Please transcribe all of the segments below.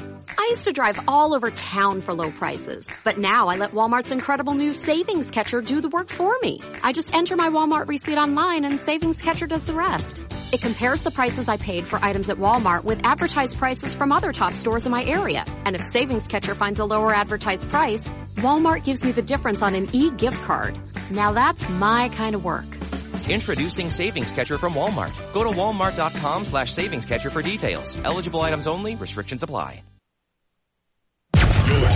I used to drive all over town for low prices, but now I let Walmart's incredible new savings catcher do the work for me. I just enter my Walmart receipt online and savings catcher does the rest. It compares the prices I paid for items at Walmart with advertised prices from other top stores in my area. And if savings catcher finds a lower advertised price, Walmart gives me the difference on an e-gift card. Now that's my kind of work. Introducing Savings Catcher from Walmart. Go to walmart.com slash savings catcher for details. Eligible items only. Restrictions apply. You're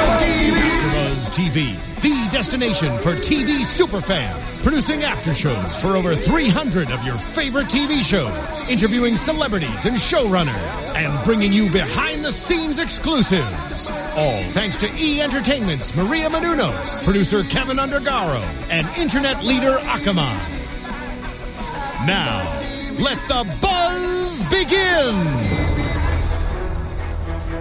AfterBuzz TV, the destination for TV superfans, producing aftershows for over 300 of your favorite TV shows, interviewing celebrities and showrunners, and bringing you behind-the-scenes exclusives. All thanks to E Entertainment's Maria Menounos, producer Kevin Undergaro, and internet leader Akamai. Now, let the buzz begin!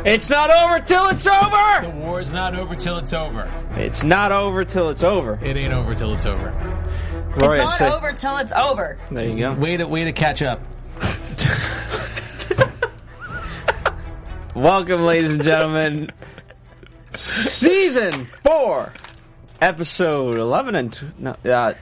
It's not over till it's over. War's not over till it's over. It's not over till it's over. It ain't over till it's over. Rory, I It's said- not over till it's over. There you go. Way to way to catch up. Welcome, ladies and gentlemen. Season four, episode eleven and tw no, uh,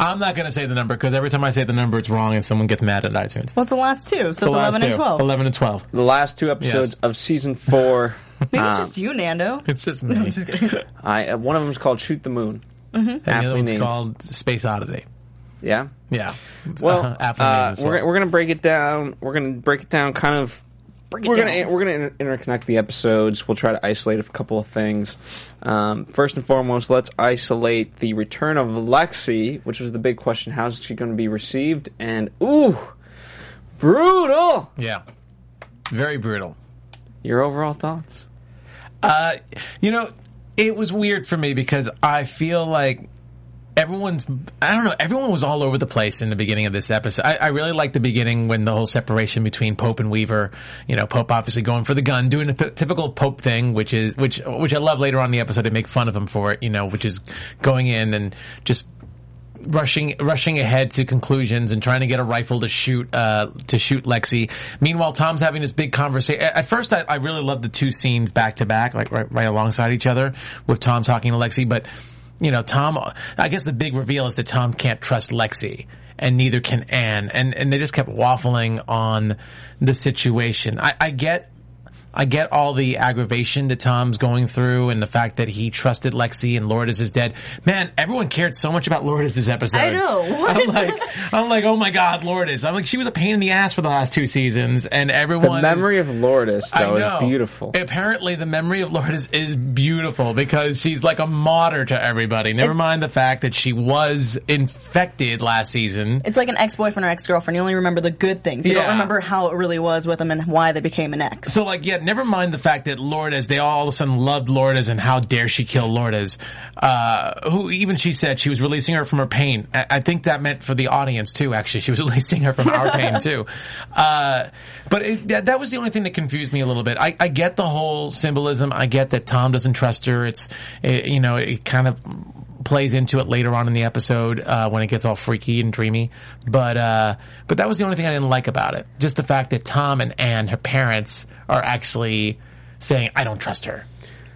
I'm not gonna say the number because every time I say the number, it's wrong and someone gets mad at iTunes. What's the last two? So The it's last 11 and two. 12. Eleven and twelve. the last two episodes Yes. of season four. Maybe Um, it's just you, Nando. It's just me. and I uh, one of them's called "Shoot the Moon." the aptly other one's named. called Space Oddity. Yeah. Yeah. Well, aptly named uh, as we're well. gonna- we're gonna break it down. We're gonna break it down, kind of. we're gonna we're gonna inter- interconnect the episodes. We'll try to isolate a couple of things. Um, first and foremost, let's isolate the return of Lexi, which was the big question: How's she going to be received? And ooh, brutal. yeah. Very brutal. Your overall thoughts? Uh, you know, it was weird for me because I feel like everyone's, I don't know, everyone was all over the place in the beginning of this episode. I, I really liked the beginning when the whole separation between Pope and Weaver, you know, Pope obviously going for the gun, doing a p- typical Pope thing, which is, which, which I love later on in the episode to make fun of him for it, you know, which is going in and just rushing rushing ahead to conclusions and trying to get a rifle to shoot uh, to shoot Lexi. Meanwhile, Tom's having this big conversation. At first, I, I really loved the two scenes back to back, like right, right alongside each other, with Tom talking to Lexi. But you know, Tom. I guess the big reveal is that Tom can't trust Lexi. And neither can Anne, and and they just kept waffling on the situation. I, I get I get all the aggravation that Tom's going through and the fact that he trusted Lexi and Lourdes is dead. Man, everyone cared so much about Lourdes this episode. I know. What? I'm like, I'm like, oh my god, Lourdes. I'm like, she was a pain in the ass for the last two seasons and The everyone. is- memory of Lourdes though I know. is beautiful. Apparently, the memory of Lourdes is beautiful because she's like a martyr to everybody. Never mind the fact that she was infected last season. It's like an ex-boyfriend or ex-girlfriend. You only remember the good things. You Yeah. don't remember how it really was with them and why they became an ex. So like, yeah, never mind the fact that Lourdes, they all of a sudden loved Lourdes and how dare she kill Lourdes, uh, who even she said she was releasing her from her pain. I, I think that meant for the audience too, actually. She was releasing her from our pain too. Uh, but it, that, that was the only thing that confused me a little bit. I, I get the whole symbolism. I get that Tom doesn't trust her. It's, it, you know, it kind of plays into it later on in the episode uh, when it gets all freaky and dreamy. But uh, but that was the only thing I didn't like about it. Just the fact that Tom and Anne, her parents, are actually saying, "I don't trust her."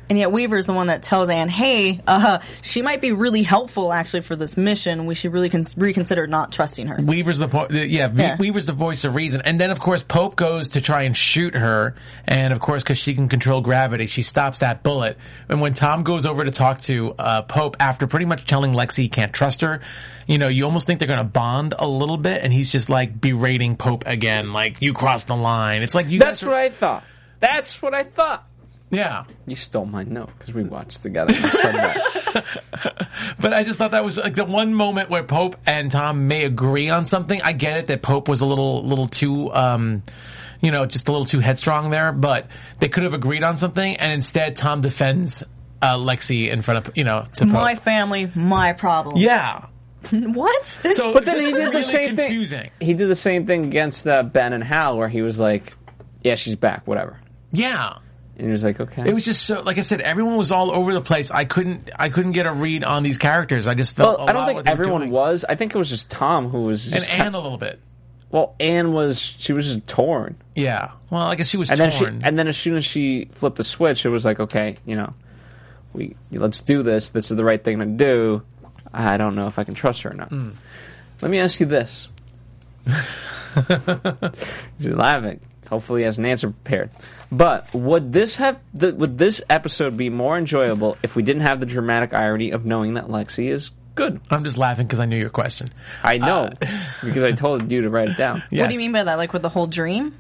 And yet Weaver's the one that tells Anne, hey, uh, she might be really helpful actually for this mission. We should really con- reconsider not trusting her. Weaver's the po- the- yeah, Ve- Yeah. Weaver's the voice of reason, and then of course Pope goes to try and shoot her, and of course because she can control gravity, she stops that bullet. And when Tom goes over to talk to uh, Pope after pretty much telling Lexi he can't trust her, you know, you almost think they're going to bond a little bit, and he's just like berating Pope again, like you crossed the line. It's like you That's guys are- what I thought. That's what I thought. yeah. You stole my note because we watched together. You said that. But I just thought that was like the one moment where Pope and Tom may agree on something. I get it that Pope was a little, little too, um, you know, just a little too headstrong there, but they could have agreed on something and instead Tom defends, uh, Lexi in front of, you know, to Pope. My family, my problem. yeah. What? So, But then he did really the same thing. confusing. He did the same thing against uh, Ben and Hal, where he was like, "Yeah, she's back. Whatever." Yeah. And you're just like, okay. It was just so, like I said, everyone was all over the place. I couldn't, I couldn't get a read on these characters. I just felt. well, a I don't lot what think they were everyone doing. was. I think it was just Tom who was. and Just Anne a little bit. well, Anne was. She was just torn. Yeah. Well, I guess she was and torn. then she and then as soon as she flipped the switch, it was like, okay, you know, we let's do this. This is the right thing to do. I don't know if I can trust her or not. Let me ask you this. She's laughing. Hopefully, he has an answer prepared. But would this have th- would this episode be more enjoyable if we didn't have the dramatic irony of knowing that Lexi is good? I'm just laughing because I knew your question. I know because I told you to write it down. What do you mean by that? Like with the whole dream?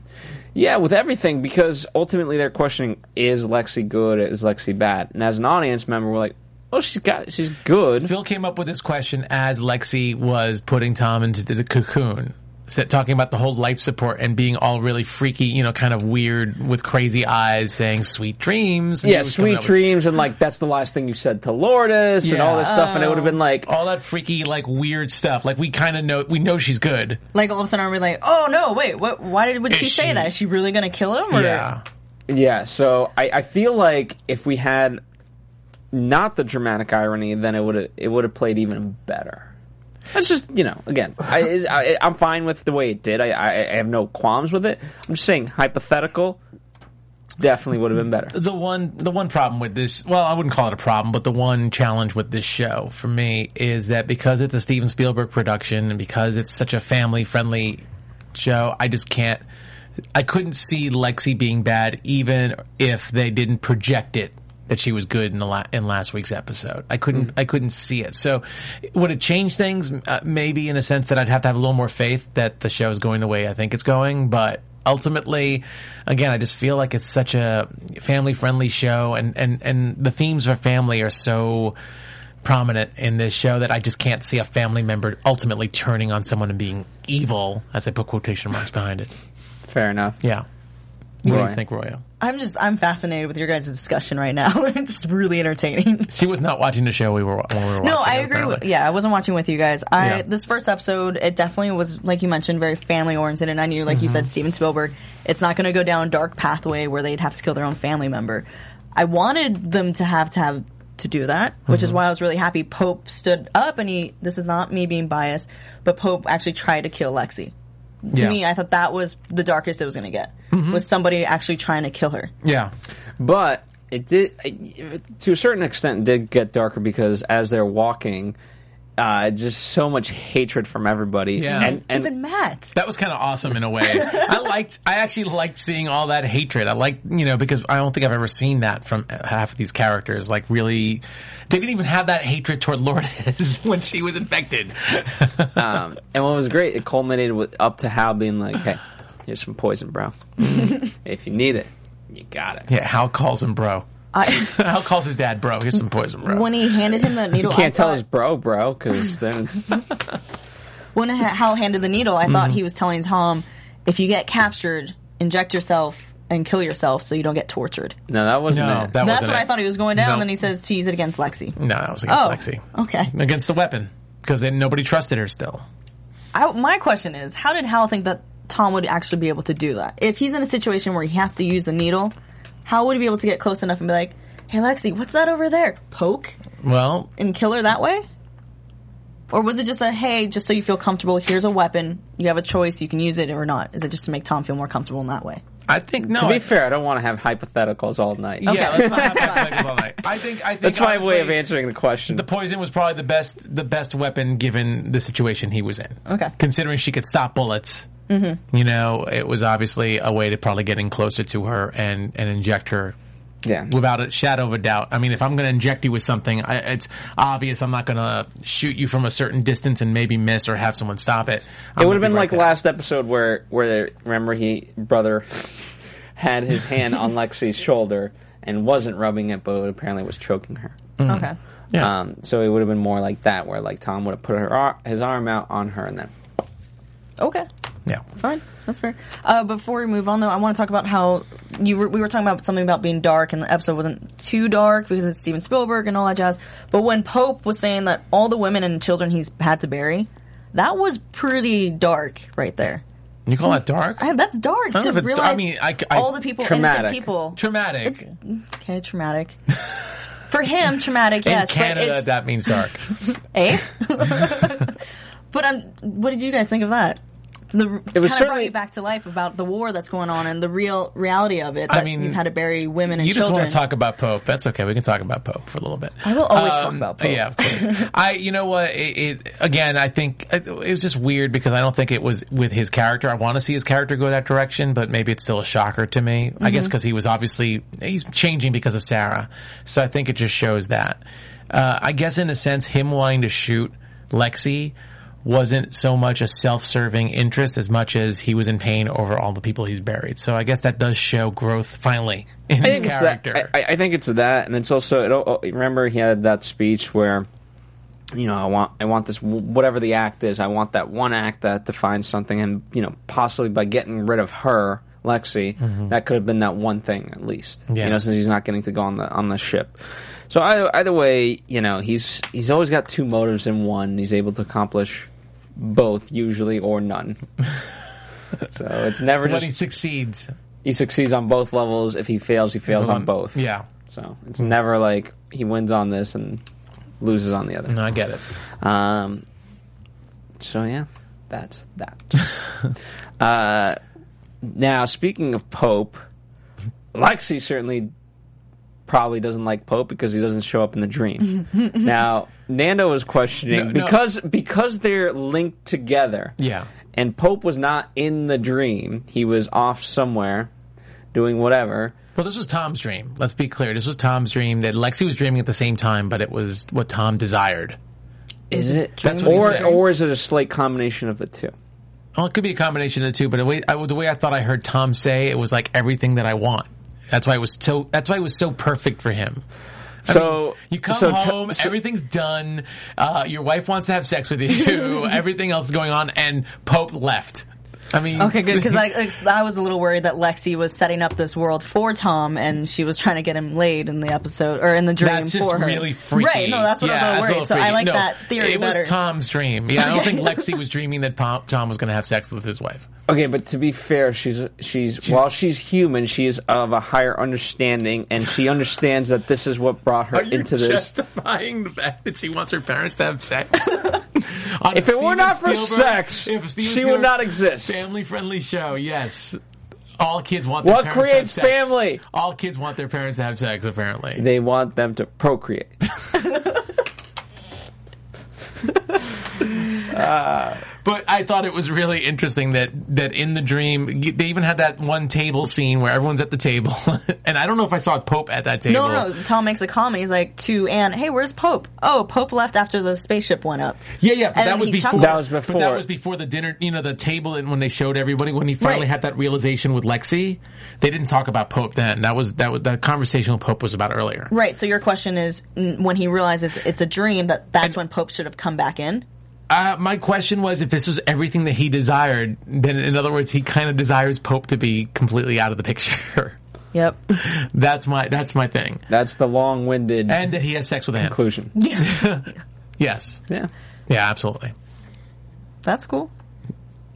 Yeah, with everything, because ultimately they're questioning is Lexi good, is Lexi bad? And as an audience member, we're like, oh, she's got, she's good. Phil came up with this question as Lexi was putting Tom into the cocoon. Said, talking about the whole life support and being all really freaky, you know, kind of weird with crazy eyes saying sweet dreams. And he yeah, was coming sweet up with dreams, and like that's the last thing you said to Lourdes, and all this stuff, and it would have been like, All that freaky, like weird stuff. Like we kind of know, we know she's good. Like all of a sudden, are we like, oh no, wait, what? Why did would Is she say she- that? Is she really gonna kill him? Or Yeah. yeah. So I, I feel like if we had not the dramatic irony, then it would have it would have played even better. That's just you know, again, I, is- I I'm fine with the way it did. I, I I have no qualms with it. I'm just saying hypothetical. Definitely would have been better. the one the one problem with this well i wouldn't call it a problem but the one challenge with this show for me is that because it's a steven spielberg production and because it's such a family friendly show i just can't i couldn't see lexi being bad even if they didn't project it that she was good in the la- in last week's episode i couldn't i couldn't see it so would it change things uh, maybe in a sense that i'd have to have a little more faith that the show is going the way i think it's going but ultimately, again, I just feel like it's such a family friendly show and, and, and the themes of family are so prominent in this show that I just can't see a family member ultimately turning on someone and being evil as I put quotation marks behind it. Fair enough. Yeah. What do Roy. you think, Royal? I'm just I'm fascinated with your guys' discussion right now. it's really entertaining. She was not watching the show we were when we were watching. No, I it, agree. With, apparently. yeah, I wasn't watching with you guys. I Yeah. this first episode, it definitely was like you mentioned, very family oriented, and I knew, Mm-hmm. like you said, Steven Spielberg, it's not going to go down a dark pathway where they'd have to kill their own family member. I wanted them to have to have to do that, which Mm-hmm. is why I was really happy. Pope stood up, and he. This is not me being biased, but Pope actually tried to kill Lexi. To Yeah. Mm-hmm. me, I thought that was the darkest it was going to get was somebody actually trying to kill her. Yeah. But it did, it, to a certain extent, did get darker because as they're walking, uh, just so much hatred from everybody. Yeah. And, and Even Matt. That was kind of awesome in a way. I liked, I actually liked seeing all that hatred. I liked, you know, because I don't think I've ever seen that from half of these characters. Like really, they didn't even have that hatred toward Lourdes when she was infected. um, and what was great, it culminated with up to Hal being like, "Hey, here's some poison, bro. if you need it, you got it." Yeah, Hal calls him bro. I, Hal calls his dad bro. Here's some poison, bro. when he handed him that needle, You can't I tell thought- his bro, bro, because then when Ha- Hal handed the needle, I thought Mm-hmm. he was telling Tom, if you get captured, inject yourself and kill yourself so you don't get tortured. no, that wasn't no, it. that That's wasn't what it. I thought he was going down. No. Then he says to use it against Lexi. No, that was against Oh, Lexi. okay. Against the weapon because then nobody trusted her still. I, my question is, how did Hal think that Tom would actually be able to do that? If he's in a situation where he has to use the needle, how would he be able to get close enough and be like, "Hey, Lexi, what's that over there?" Poke Well, and kill her that way. Or was it just a hey, just so you feel comfortable? Here's a weapon. You have a choice. You can use it or not. Is it just to make Tom feel more comfortable in that way? I think no. to be I- fair, I don't want to have hypotheticals all night. yeah, Okay. let's not have hypotheticals all night. I think I think That's my way of honestly- answering the question. the poison was probably the best the best weapon given the situation he was in. Okay. Mm-hmm. considering she could stop bullets. You know, it was obviously a way to probably getting closer to her and and inject her. yeah. Without a shadow of a doubt, I mean, if I'm going to inject you with something, I, it's obvious I'm not going to shoot you from a certain distance and maybe miss or have someone stop it. I'm It would have gonna been be right like there. last episode where where remember he brother had his hand on Lexi's shoulder and wasn't rubbing it, but apparently was choking her. Okay. Mm, Yeah. Um, so it would have been more like that, where like Tom would have put her ar- his arm out on her and then. Okay. yeah. Fine. That's fair. Uh, before we move on, though, I want to talk about how you were, we were talking about something about being dark, and the episode wasn't too dark because it's Steven Spielberg and all that jazz. But when Pope was saying that all the women and children he's had to bury, that was pretty dark right there. You call that dark? I, that's dark. don't know to if it's realize dar- I mean, I c- I- all the people, Traumatic. innocent people. Traumatic. It's- okay, traumatic. For him, traumatic. Yes, In but Canada, it's, that means dark. Eh? but i what did you guys think of that? The, it was kind of brought certainly- you back to life about the war that's going on and the real reality of it. I That mean, you've had to bury women and you just children. want to talk about Pope. That's okay. We can talk about Pope for a little bit. I will always talk about Pope. Yeah, of course. I, you know what? It, it again. I think it was just weird because I don't think it was with his character. I want to see his character go that direction, but maybe it's still a shocker to me. I Mm-hmm. guess because he was obviously he's changing because of Sarah. So I think it just shows that. Uh, I guess in a sense, him wanting to shoot Lexi wasn't so much a self-serving interest as much as he was in pain over all the people he's buried. So I guess that does show growth finally in I his think it's character. that. I, I- I think it's that, and it's also. It, al- remember, he had that speech where, you know, I want, I want this, whatever the act is, I want that one act that defines something, and you know, possibly by getting rid of her, Lexi, that could have been that one thing at least. Mm-hmm. Yeah. You know, since he's not getting to go on the on the ship. So either, either way, you know, he's he's always got two motives in one. He's able to accomplish both usually or none. so it's never when he just succeeds he succeeds on both levels. If he fails, he fails on both. Um, Yeah. So it's never like he wins on this and loses on the other. No, I get it. Um, so yeah, that's that. uh, now speaking of Pope, Lexi certainly probably doesn't like Pope because he doesn't show up in the dream. now Nando was questioning No, no. because because they're linked together. Yeah. and Pope was not in the dream; he was off somewhere doing whatever. Well, this was Tom's dream. Let's be clear. This was Tom's dream that Lexi was dreaming at the same time, but it was what Tom desired. Is it? That's what he or said. or is it a slight combination of the two? Well, it could be a combination of the two, but the way I, the way I thought I heard Tom say it was like everything that I want. That's why it was so. That's why it was so perfect for him. so You come so t- home, so- everything's done. Uh, your wife wants to have sex with you. everything else is going on, and Pope left. I mean, Okay, good because I, I was a little worried that Lexi was setting up this world for Tom, and she was trying to get him laid in the episode or in the dream That's just for her. really freaky. Right? No, that's what Yeah, I was a that's little worried. little So I freaky. like No, that theory It better. was Tom's dream. Yeah, I don't think Lexi was dreaming that Pom- Tom was going to have sex with his wife. okay, but to be fair, she's, she's while she's human, she is of a higher understanding, and she understands that this is what brought her into this. justifying the fact that she wants her parents to have sex? On If it were Steven not for Spielberg- sex, if Steven she would Spielberg- not exist. Family-friendly show, yes. All kids want. Their What parents to have creates sex. family? All kids want their parents to have sex. Apparently, they want them to procreate. But I thought it was really interesting that that in the dream you- they even had that one table scene where everyone's at the table, and I don't know if I saw Pope at that table. No, no. Tom makes a comment. He's like to Anne, "Hey, where's Pope? Oh, Pope left after the spaceship went up." Yeah, yeah, but And that then was he before. chuckled. That was But that before. was before the dinner. You know, the table, and when they showed everybody, when he finally Right. had that realization with Lexi, they didn't talk about Pope then. That was that was that conversation with Pope was about earlier. Right. So your question is, mm, when he realizes it's a dream, that that's when Pope should have come back in. Uh, my question was if this was everything that he desired, then in other words, he kind of desires Pope to be completely out of the picture. Yep. that's my that's my thing, That's the long-winded and that he has sex with Anne. conclusion. Yes, Yeah. yeah, absolutely. That's cool.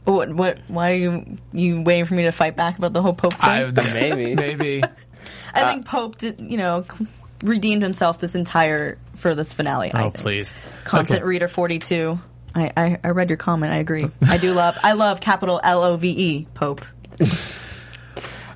What? What? Why are you you waiting for me to fight back about the whole Pope thing? I, I, Maybe. maybe. Uh, think Pope, did, you know, redeemed himself this entire for this finale. I Oh, think. please. Constant Okay. reader forty two. I, I I read your comment. I agree. I do love. I love capital L O V E Pope.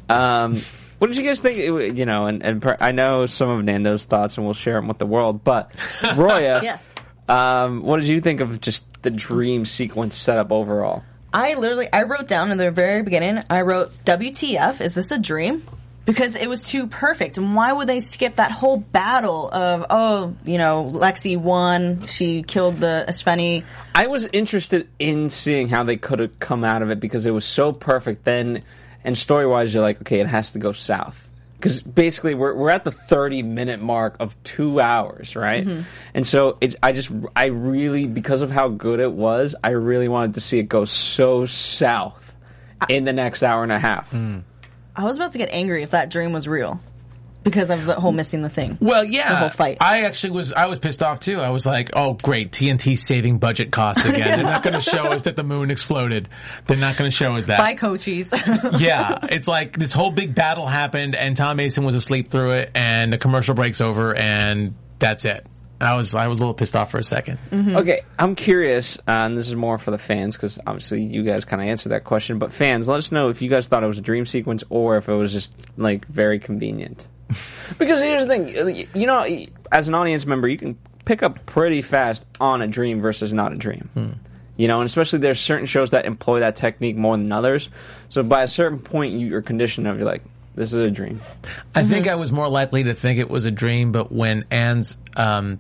Um, what did you guys think? It wa- You know, and, and per- I know some of Nando's thoughts, and we'll share them with the world. But Roya, Yes. um, what did you think of just the dream sequence setup overall? I literally I wrote down in the very beginning, I wrote WTF, is this a dream? Because it was too perfect. And why would they skip that whole battle of oh, you know, Lexi won, she killed the Asfeni. I was interested in seeing how they could have come out of it because it was so perfect. Then, and story wise, you're like, okay, it has to go south because basically we're we're at the 30 minute mark of two hours, right? And so it, I just I really because of how good it was, I really wanted to see it go so south in the next hour and a half. I was about to get angry if that dream was real. because of the whole missing the thing. Well, yeah, the whole fight. I actually was. I was pissed off too. I was like, "Oh, great! TNT saving budget costs again. They're not going to show us that the moon exploded. They're not going to show us that." By coaches. yeah, it's like this whole big battle happened, and Tom Mason was asleep through it, and the commercial breaks over, and that's it. I was I was a little pissed off for a 2nd Mm-hmm. Okay, I'm curious, uh, and this is more for the fans because obviously you guys kind of answered that question. But fans, let us know if you guys thought it was a dream sequence or if it was just like very convenient. because here's the thing, uh, you know, as an audience member, you can pick up pretty fast on a dream versus not a dream. You know, and especially there's certain shows that employ that technique more than others. So by a certain point, you- you're conditioned of you're like, this is a dream. I think I was more likely to think it was a dream, but when Anne's um,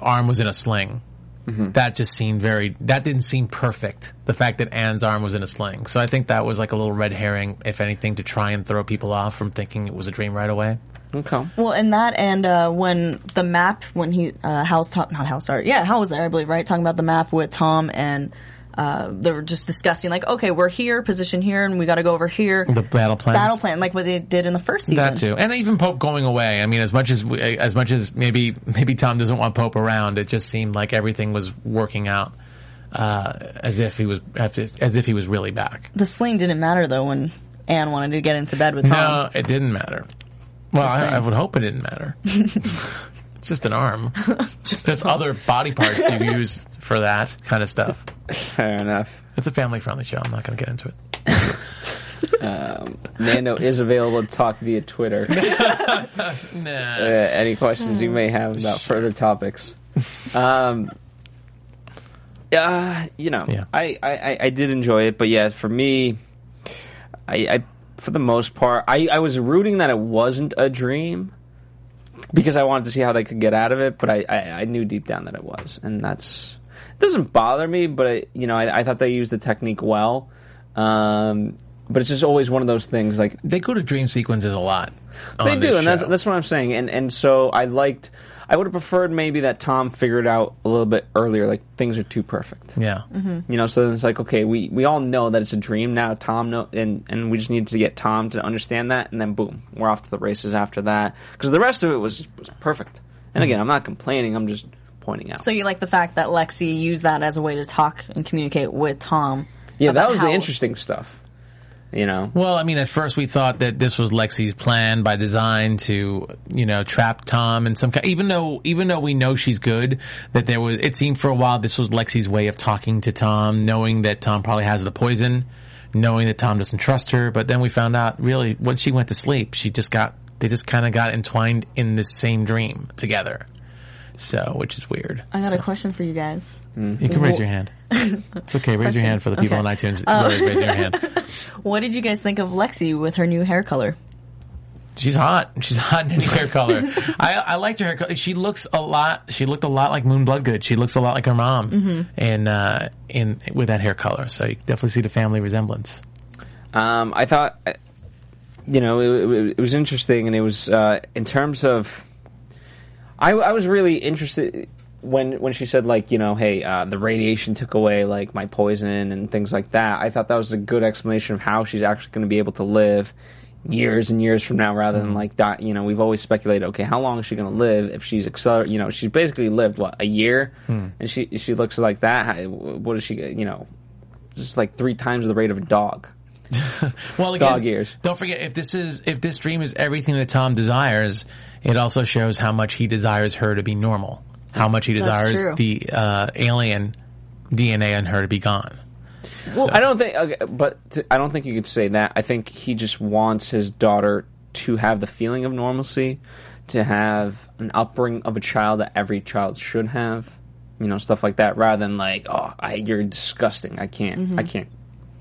arm was in a sling, that just seemed very. That didn't seem perfect. The fact that Anne's arm was in a sling, so I think that was like a little red herring, if anything, to try and throw people off from thinking it was a dream right away. Okay. Well, in that and uh, when the map, when he uh, Hal's talk, not Hal, sorry, yeah, Hal was there, I believe, right? Talking about the map with Tom and uh, they were just discussing like, okay, we're here, position here, and we got to go over here. The battle plans. battle plan, like what they did in the first season. That too, and even Pope going away. I mean, as much as we, as much as maybe maybe Tom doesn't want Pope around, it just seemed like everything was working out uh, as if he was as if he was really back. The sling didn't matter though when Anne wanted to get into bed with Tom. No, it didn't matter. Well, I, I would hope it didn't matter. it's just an arm. There's other body parts you use for that kind of stuff. Fair enough. It's a family friendly show. I'm not going to get into it. Nando Um, is available to talk via Twitter. Nah. uh, any questions you may have about further topics. Um, uh, you know, Yeah. I, I, I- I did enjoy it, but yeah, for me, I, I for the most part, I, I was rooting that it wasn't a dream because I wanted to see how they could get out of it, but I, I, I knew deep down that it was, and that's it doesn't bother me. But it, you know, I, I thought they used the technique well. Um, but it's just always one of those things like They go to dream sequences a lot. they on do, this and that's show. that's what I'm saying. And and so I liked. I would have preferred maybe that Tom figured out a little bit earlier, like things are too perfect. Hmm. yeah. You know, so then it's like, okay, we, we all know that it's a dream now. Tom know, and and we just need to get Tom to understand that, and then boom, we're off to the races after that. Because the rest of it was was perfect. And again, I'm not complaining. I'm just pointing out. Hmm. So you like the fact that Lexi used that as a way to talk and communicate with Tom. yeah, that about was how- the interesting stuff. You know, Well, I mean, at first we thought that this was Lexi's plan by design to, you know, trap Tom in some kind. Even though, even though we know she's good, that there was. It seemed for a while this was Lexi's way of talking to Tom, knowing that Tom probably has the poison, knowing that Tom doesn't trust her. But then we found out, really, once she went to sleep, she just got. They just kind of got entwined in this same dream together. So, which is weird. I got a question for you guys. You can raise your hand. It's okay. Raise your hand for the people Okay. Uh, on iTunes. Really raise your hand. What did you guys think of Lexi with her new hair color? She's hot. She's hot in any hair color. I, I liked her hair color. She looks a lot. She looked a lot like Moon Bloodgood. She looks a lot like her mom, Mm-hmm. and uh, in with that hair color. So you definitely see the family resemblance. Um, I thought, uh, you know, it, it, it was interesting, and it was uh, in terms of. I, I was really interested when when she said like you know hey uh, the radiation took away like my poison and things like that. I thought that was a good explanation of how she's actually going to be able to live years and years from now rather than like die, you know we've always speculated okay how long is she going to live if she's acceler you know she's basically lived what a year and she she looks like that how, what is she you know just like three times the rate of a dog Well, again, Dog ears. Don't forget if this is if this dream is everything that Tom desires, it also shows how much he desires her to be normal. How much he true. desires the uh, alien DNA in her to be gone. Well, I don't think, okay, but t I don't think you could say that. I think he just wants his daughter to have the feeling of normalcy, to have an upbringing of a child that every child should have, you know, stuff like that, rather than like, oh, I, you're disgusting. I can't, Mm-hmm. I can't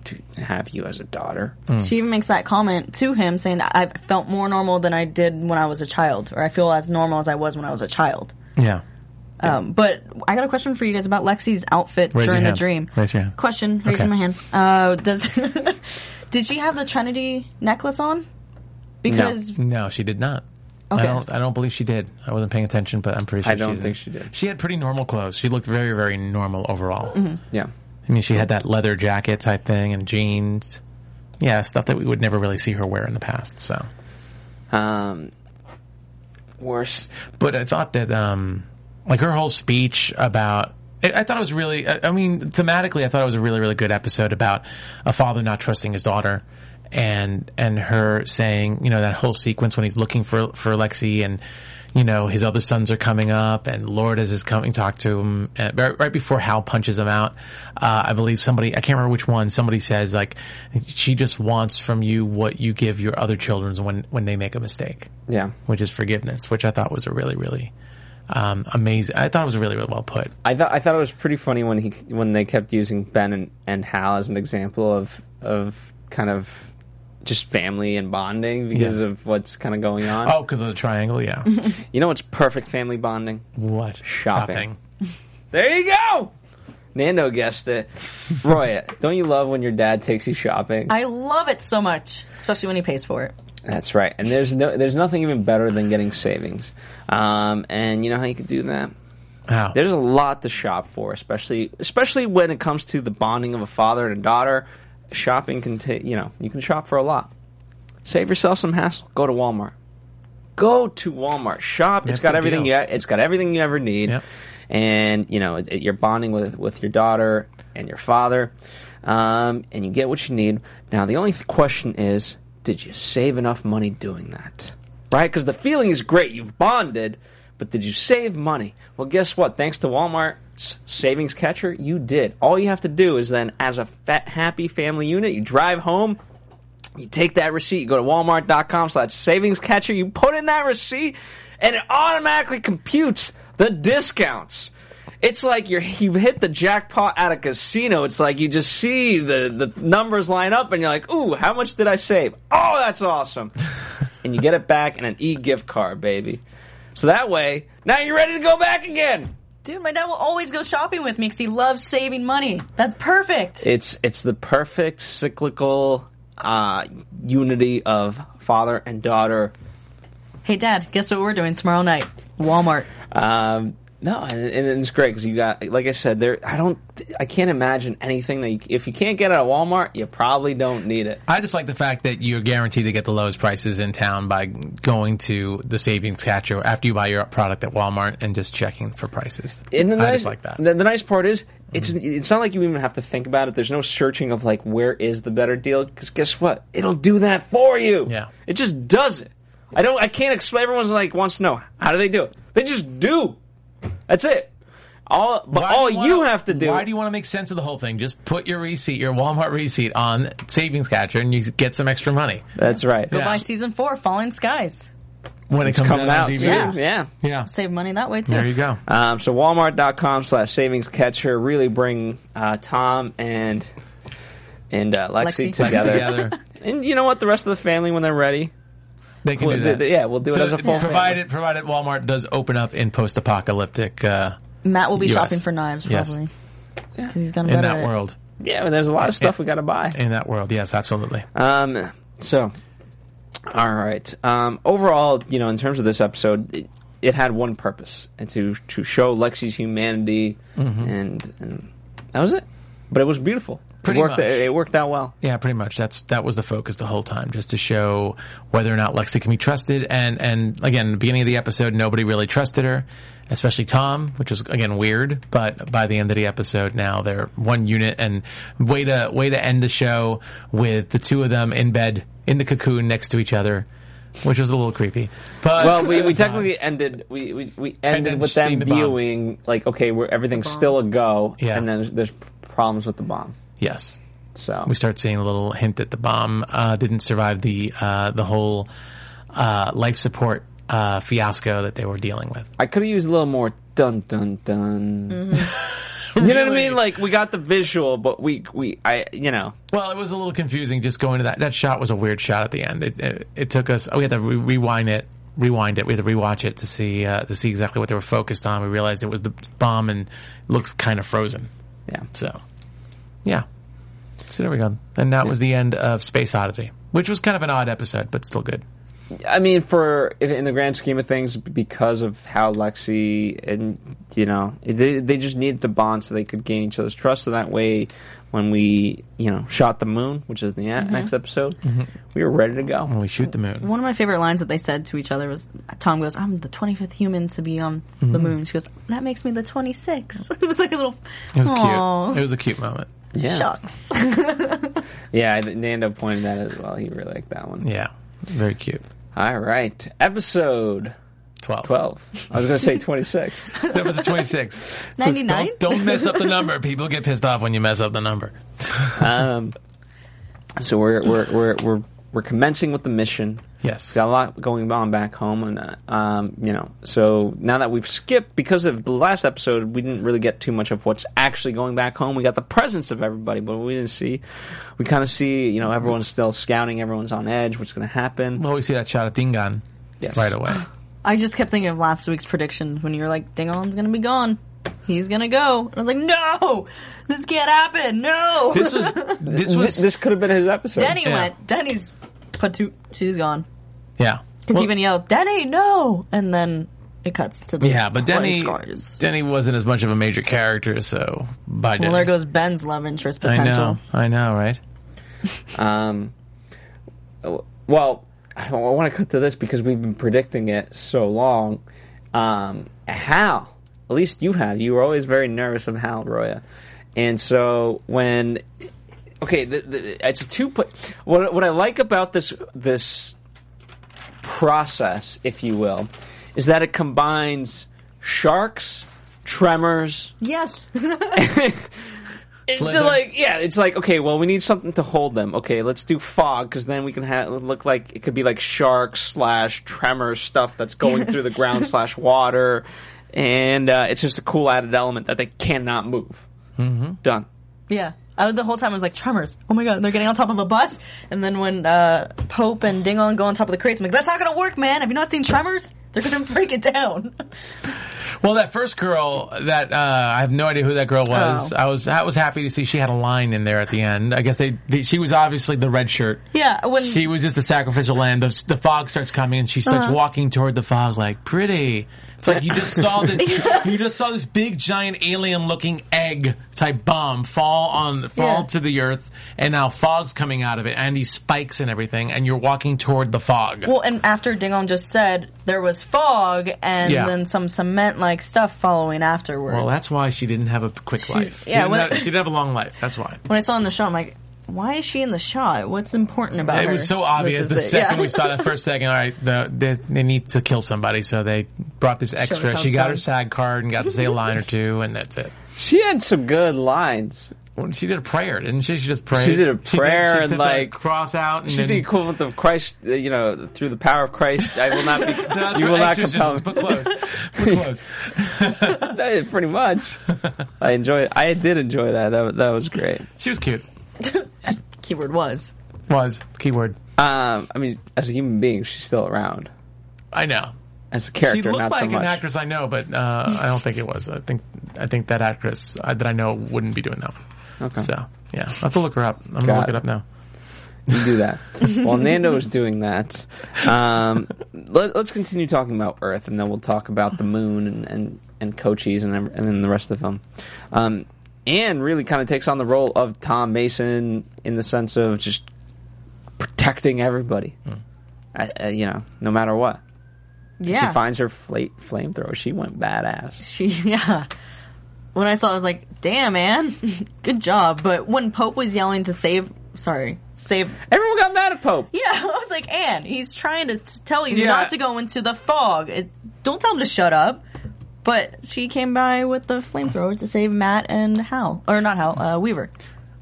t- have you as a daughter. Mm. She even makes that comment to him saying, I felt more normal than I did when I was a child, or I feel as normal as I was when I was a child. Yeah. Um, but I got a question for you guys about Lexi's outfit Raise your during the hand. dream. Raise your hand. Question, raising Okay. my hand. Uh, does did she have the Trinity necklace on? Because No, she did not. Okay. I don't. I don't believe she did. I wasn't paying attention, but I'm pretty sure. I don't she did think she did. She had pretty normal clothes. She looked very, very normal overall. Yeah. I mean, she had that leather jacket type thing and jeans. Yeah, stuff that we would never really see her wear in the past. So Um, worst. But I thought that, um, like her whole speech about, I, I thought it was really, I, I mean, thematically, I thought it was a really, really good episode about a father not trusting his daughter. And, and her saying, you know, that whole sequence when he's looking for, for Lexi and, you know, his other sons are coming up and Lourdes is coming, talk to him and right, right before Hal punches him out. Uh, I believe somebody, I can't remember which one, somebody says like, she just wants from you what you give your other children when, when they make a mistake Yeah. which is forgiveness, which I thought was a really, really um, amazing. I thought it was really, really well put. I thought I thought it was pretty funny when he when they kept using Ben and, and Hal as an example of of kind of just family and bonding because Yeah. of what's kind of going on. Oh, because of the triangle, yeah. You know what's perfect family bonding? what Shopping. There you go. Nando guessed it. Roy, don't you love when your dad takes you shopping? I love it so much, especially when he pays for it. That's right. And there's no there's nothing even better than getting savings. Um, and you know how you can do that? How? There's a lot to shop for, especially especially when it comes to the bonding of a father and a daughter. Shopping can take you know you can shop for a lot. Save yourself some hassle. Go to Walmart. Go to Walmart. Shop. They It's have got good everything. You, deals. it's got everything you ever need. Yep. And you know it, it- you're bonding with with your daughter and your father, um, and you get what you need. Now the only th- question is, did you save enough money doing that? Right? Because the feeling is great. You've bonded, but did you save money? Well, guess what? Thanks to Walmart's savings catcher, you did. All you have to do is then, as a fat, happy family unit, you drive home, you take that receipt, you go to walmart.com slash savings catcher, you put in that receipt, and it automatically computes the discounts. It's like you're, you've hit the jackpot at a casino. It's like you just see the, the numbers line up and you're like, ooh, how much did I save? Oh, that's awesome. and you get it back in an e gift card, baby. So that way, now you're ready to go back again. Dude, my dad will always go shopping with me because he loves saving money. That's perfect. It's it's the perfect cyclical uh, unity of father and daughter. hey, Dad, guess what we're doing tomorrow night? Walmart. Um, no, and, and it's great because you got, like I said, there. I don't, I can't imagine anything that you, if you can't get it at Walmart, you probably don't need it. I just like the fact that you're guaranteed to get the lowest prices in town by going to the savings catcher after you buy your product at Walmart and just checking for prices. And the I nice, just like that. Mm-hmm. The, the nice part is, it's it's not like you even have to think about it. There's no searching of like where is the better deal. Because guess what? It'll do that for you. Yeah. it just does it. I don't. I can't explain. Everyone's like wants to know how do they do it. They just do. That's it. All but Why do all you you, wanna- have to do. Why do you want to make sense of the whole thing? Just put your receipt, your Walmart receipt, on savings catcher, and you get some extra money That's right. Yeah. Buy season four, Falling Skies. when it It's comes coming out. out. on DVD. soon. Yeah. yeah. yeah. Save money that way, too. There you go. Um, so Walmart.com slash savings catcher really bring uh, Tom and and uh, Lexi, Lexi. together. Together. And you know what? The rest of the family, when they're ready, They can Well, do th- that. th- yeah, we'll do it as a full Provided, provided Walmart does open up in post-apocalyptic uh, Matt will be US. shopping for knives, Yes. probably. Because he's gonna in better that at it. world. yeah, and there's a lot of stuff we got to buy. In that world, yes, absolutely. Um, so, all right. Um, overall, you know, in terms of this episode, it, it had one purpose, and to to show Lexi's humanity, and, and that was it. But it was beautiful. Pretty it worked. much. It, it worked out well. yeah, pretty much. That's that was the focus the whole time, just to show whether or not Lexi can be trusted. And and again, the beginning of the episode, nobody really trusted her, especially Tom, which was again weird. But by the end of the episode, now they're one unit, and way to way to end the show with the two of them in bed in the cocoon next to each other, which was a little creepy. But Well, we, it we was fine. technically ended. We, we, we ended then with them seeing the bomb. viewing like okay, we're, everything's still a go, Yeah. and then there's problems with the bomb. yes. So we start seeing a little hint that the bomb uh, didn't survive the uh, the whole uh, life support uh, fiasco that they were dealing with. I could have used a little more dun dun dun. You know what I mean? Like we got the visual, but we we I you know Well, it was a little confusing just going to that. That shot was a weird shot at the end. It it, it took us. We had to re- rewind it, rewind it. We had to rewatch it to see uh, to see exactly what they were focused on. We realized it was the bomb and it looked kind of frozen. yeah. So, yeah. So there we go. And that was the end of Space Oddity, which was kind of an odd episode, but still good. I mean, for in in the grand scheme of things, because of how Lexi and you know they they just needed to bond so they could gain each other's trust. So that way, when we you know shot the moon, which is the a- next episode, we were ready to When go. we shoot the moon. One of my favorite lines that they said to each other was Tom goes, I'm the 25th human to be on the Mm-hmm. moon. She goes, That makes me the 26th. it was like a little. It was Aw. cute. It was a cute moment. Yeah, Shucks. yeah. and Nando pointed that as well. He really liked that one. Yeah, very cute. All right, episode Twelve. twelve. I was gonna say twenty six. That was a twenty-six. 99? Don't, don't mess up the number. People get pissed off when you mess up the number. um, so we're we're we're we're we're commencing with the mission. Yes. got a lot going on back home, and uh, um, you know, so now that we've skipped because of the last episode, we didn't really get too much of what's actually going back home. We got the presence of everybody, but we didn't see. We kind of see, you know, everyone's still scouting, everyone's on edge. What's going to happen? Well, we see that shot at Dingan Yes. right away. I just kept thinking of last week's prediction when you were like, Dingon's going to be gone. He's going to go. And I was like, No! This can't happen. No! This was this this, was this could have been his episode. Denny yeah. went. Denny's put to. She's gone. yeah. Because Well, he even yells, Denny, no! And then it cuts to the. yeah, but life Denny scars. Denny wasn't as much of a major character, so by Well, Denny. there goes Ben's love interest I potential. know, I know, right? Um, well, I want to cut to this because we've been predicting it so long. Um, Hal, at least you have. You were always very nervous of Hal Roya, and so when okay, the, the, it's a two. pla- What what I like about this this process, if you will, is that it combines sharks, tremors, Yes. it's Slither. like yeah, it's like okay, well, we need something to hold them. Okay, let's do fog because then we can have it look like it could be like sharks slash tremor stuff that's going through the Yes. ground slash water, and uh, it's just a cool added element that they cannot move. Mm-hmm. Done. Yeah. I, was- the whole time I was like, Tremors. Oh my god, they're getting on top of a bus. And then when uh, Pope and Dingon go on top of the crates, I'm like, that's not going to work, man. Have you not seen Tremors? They're going to break it down. Well, that first girl, that uh, I have no idea who that girl was. Oh. I was I was happy to see she had a line in there at the end. I guess they, they she was obviously the red shirt. Yeah, when- she was just the sacrificial lamb. The, the fog starts coming, and she starts Uh-huh. walking toward the fog like pretty. It's like you just saw this you just saw this big giant alien looking egg type bomb fall on fall Yeah. to the earth, and now fog's coming out of it, and these spikes and everything, and you're walking toward the fog. well, and after Dingon just said, there was fog and Yeah. then some cement like stuff following afterwards. Well, that's why she didn't have a quick life. yeah, she didn't, well- have, she didn't have a long life. That's why. when I saw in the show, I'm like, why is she in the shot? What's important about It her? was so This obvious is the it. second Yeah. we saw that first second. All right, the, they, they need to kill somebody, so they brought this extra. us She got her outside. SAG card and got to say a line or two, and that's it. She had some good lines. Well, she did a prayer, didn't she? She just prayed. She did a prayer and, did the like, cross out. And She then, did the equivalent of Christ, uh, you know, through the power of Christ, I will not be. that's you for will not compel. exorcisms, me. but close, but close. That is pretty much. I enjoy. I did enjoy that. That, that was great. She was cute. keyword was. Was keyword. Um, I mean, as a human being, she's still around. I know. As a She character, looked not like so much. an actress I know, but uh, I don't think it was. I think I think that actress uh, that I know wouldn't be doing that. One. Okay. So yeah, I will have to look her up. I'm Got gonna look it. it up now. You do that. While Nando is doing that, um, let, us continue talking about Earth, and then we'll talk about the moon and and, and Cochise and ev- and then the rest of the film. Um, Anne really kind of takes on the role of Tom Mason in the sense of just protecting everybody, Hmm. Uh, uh, you know, no matter what. Yeah. She finds her fla- flamethrower. She went badass. She, yeah. When I saw it, I was like, damn, man. Good job. But when Pope was yelling to save, sorry, save. Everyone got mad at Pope. Yeah, I was like, Anne, he's trying to s- tell you Yeah. not to go into the fog. It, don't tell him to shut up. But she came by with the flamethrower to save Matt and Hal. Or not Hal, uh, Weaver.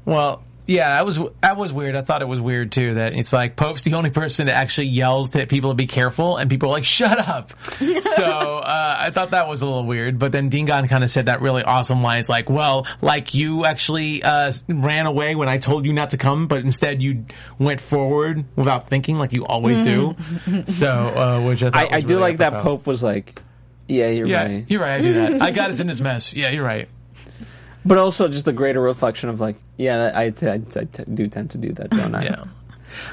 Well, yeah, that was that was weird. I thought it was weird too that it's like Pope's the only person that actually yells to people to be careful, and people are like, "Shut up." so uh, I thought that was a little weird. But then Dingon kind of said that really awesome line. It's like, "Well, like you actually uh, ran away when I told you not to come, but instead you went forward without thinking, like you always do." so, uh, which I thought I, was I do really like that apropos. Pope was like, "Yeah, you're Yeah, right." you're right. I do that. I got us in this mess. Yeah, you're right. But also just the greater reflection of like, yeah, I, I, I, I do tend to do that, don't I? Yeah.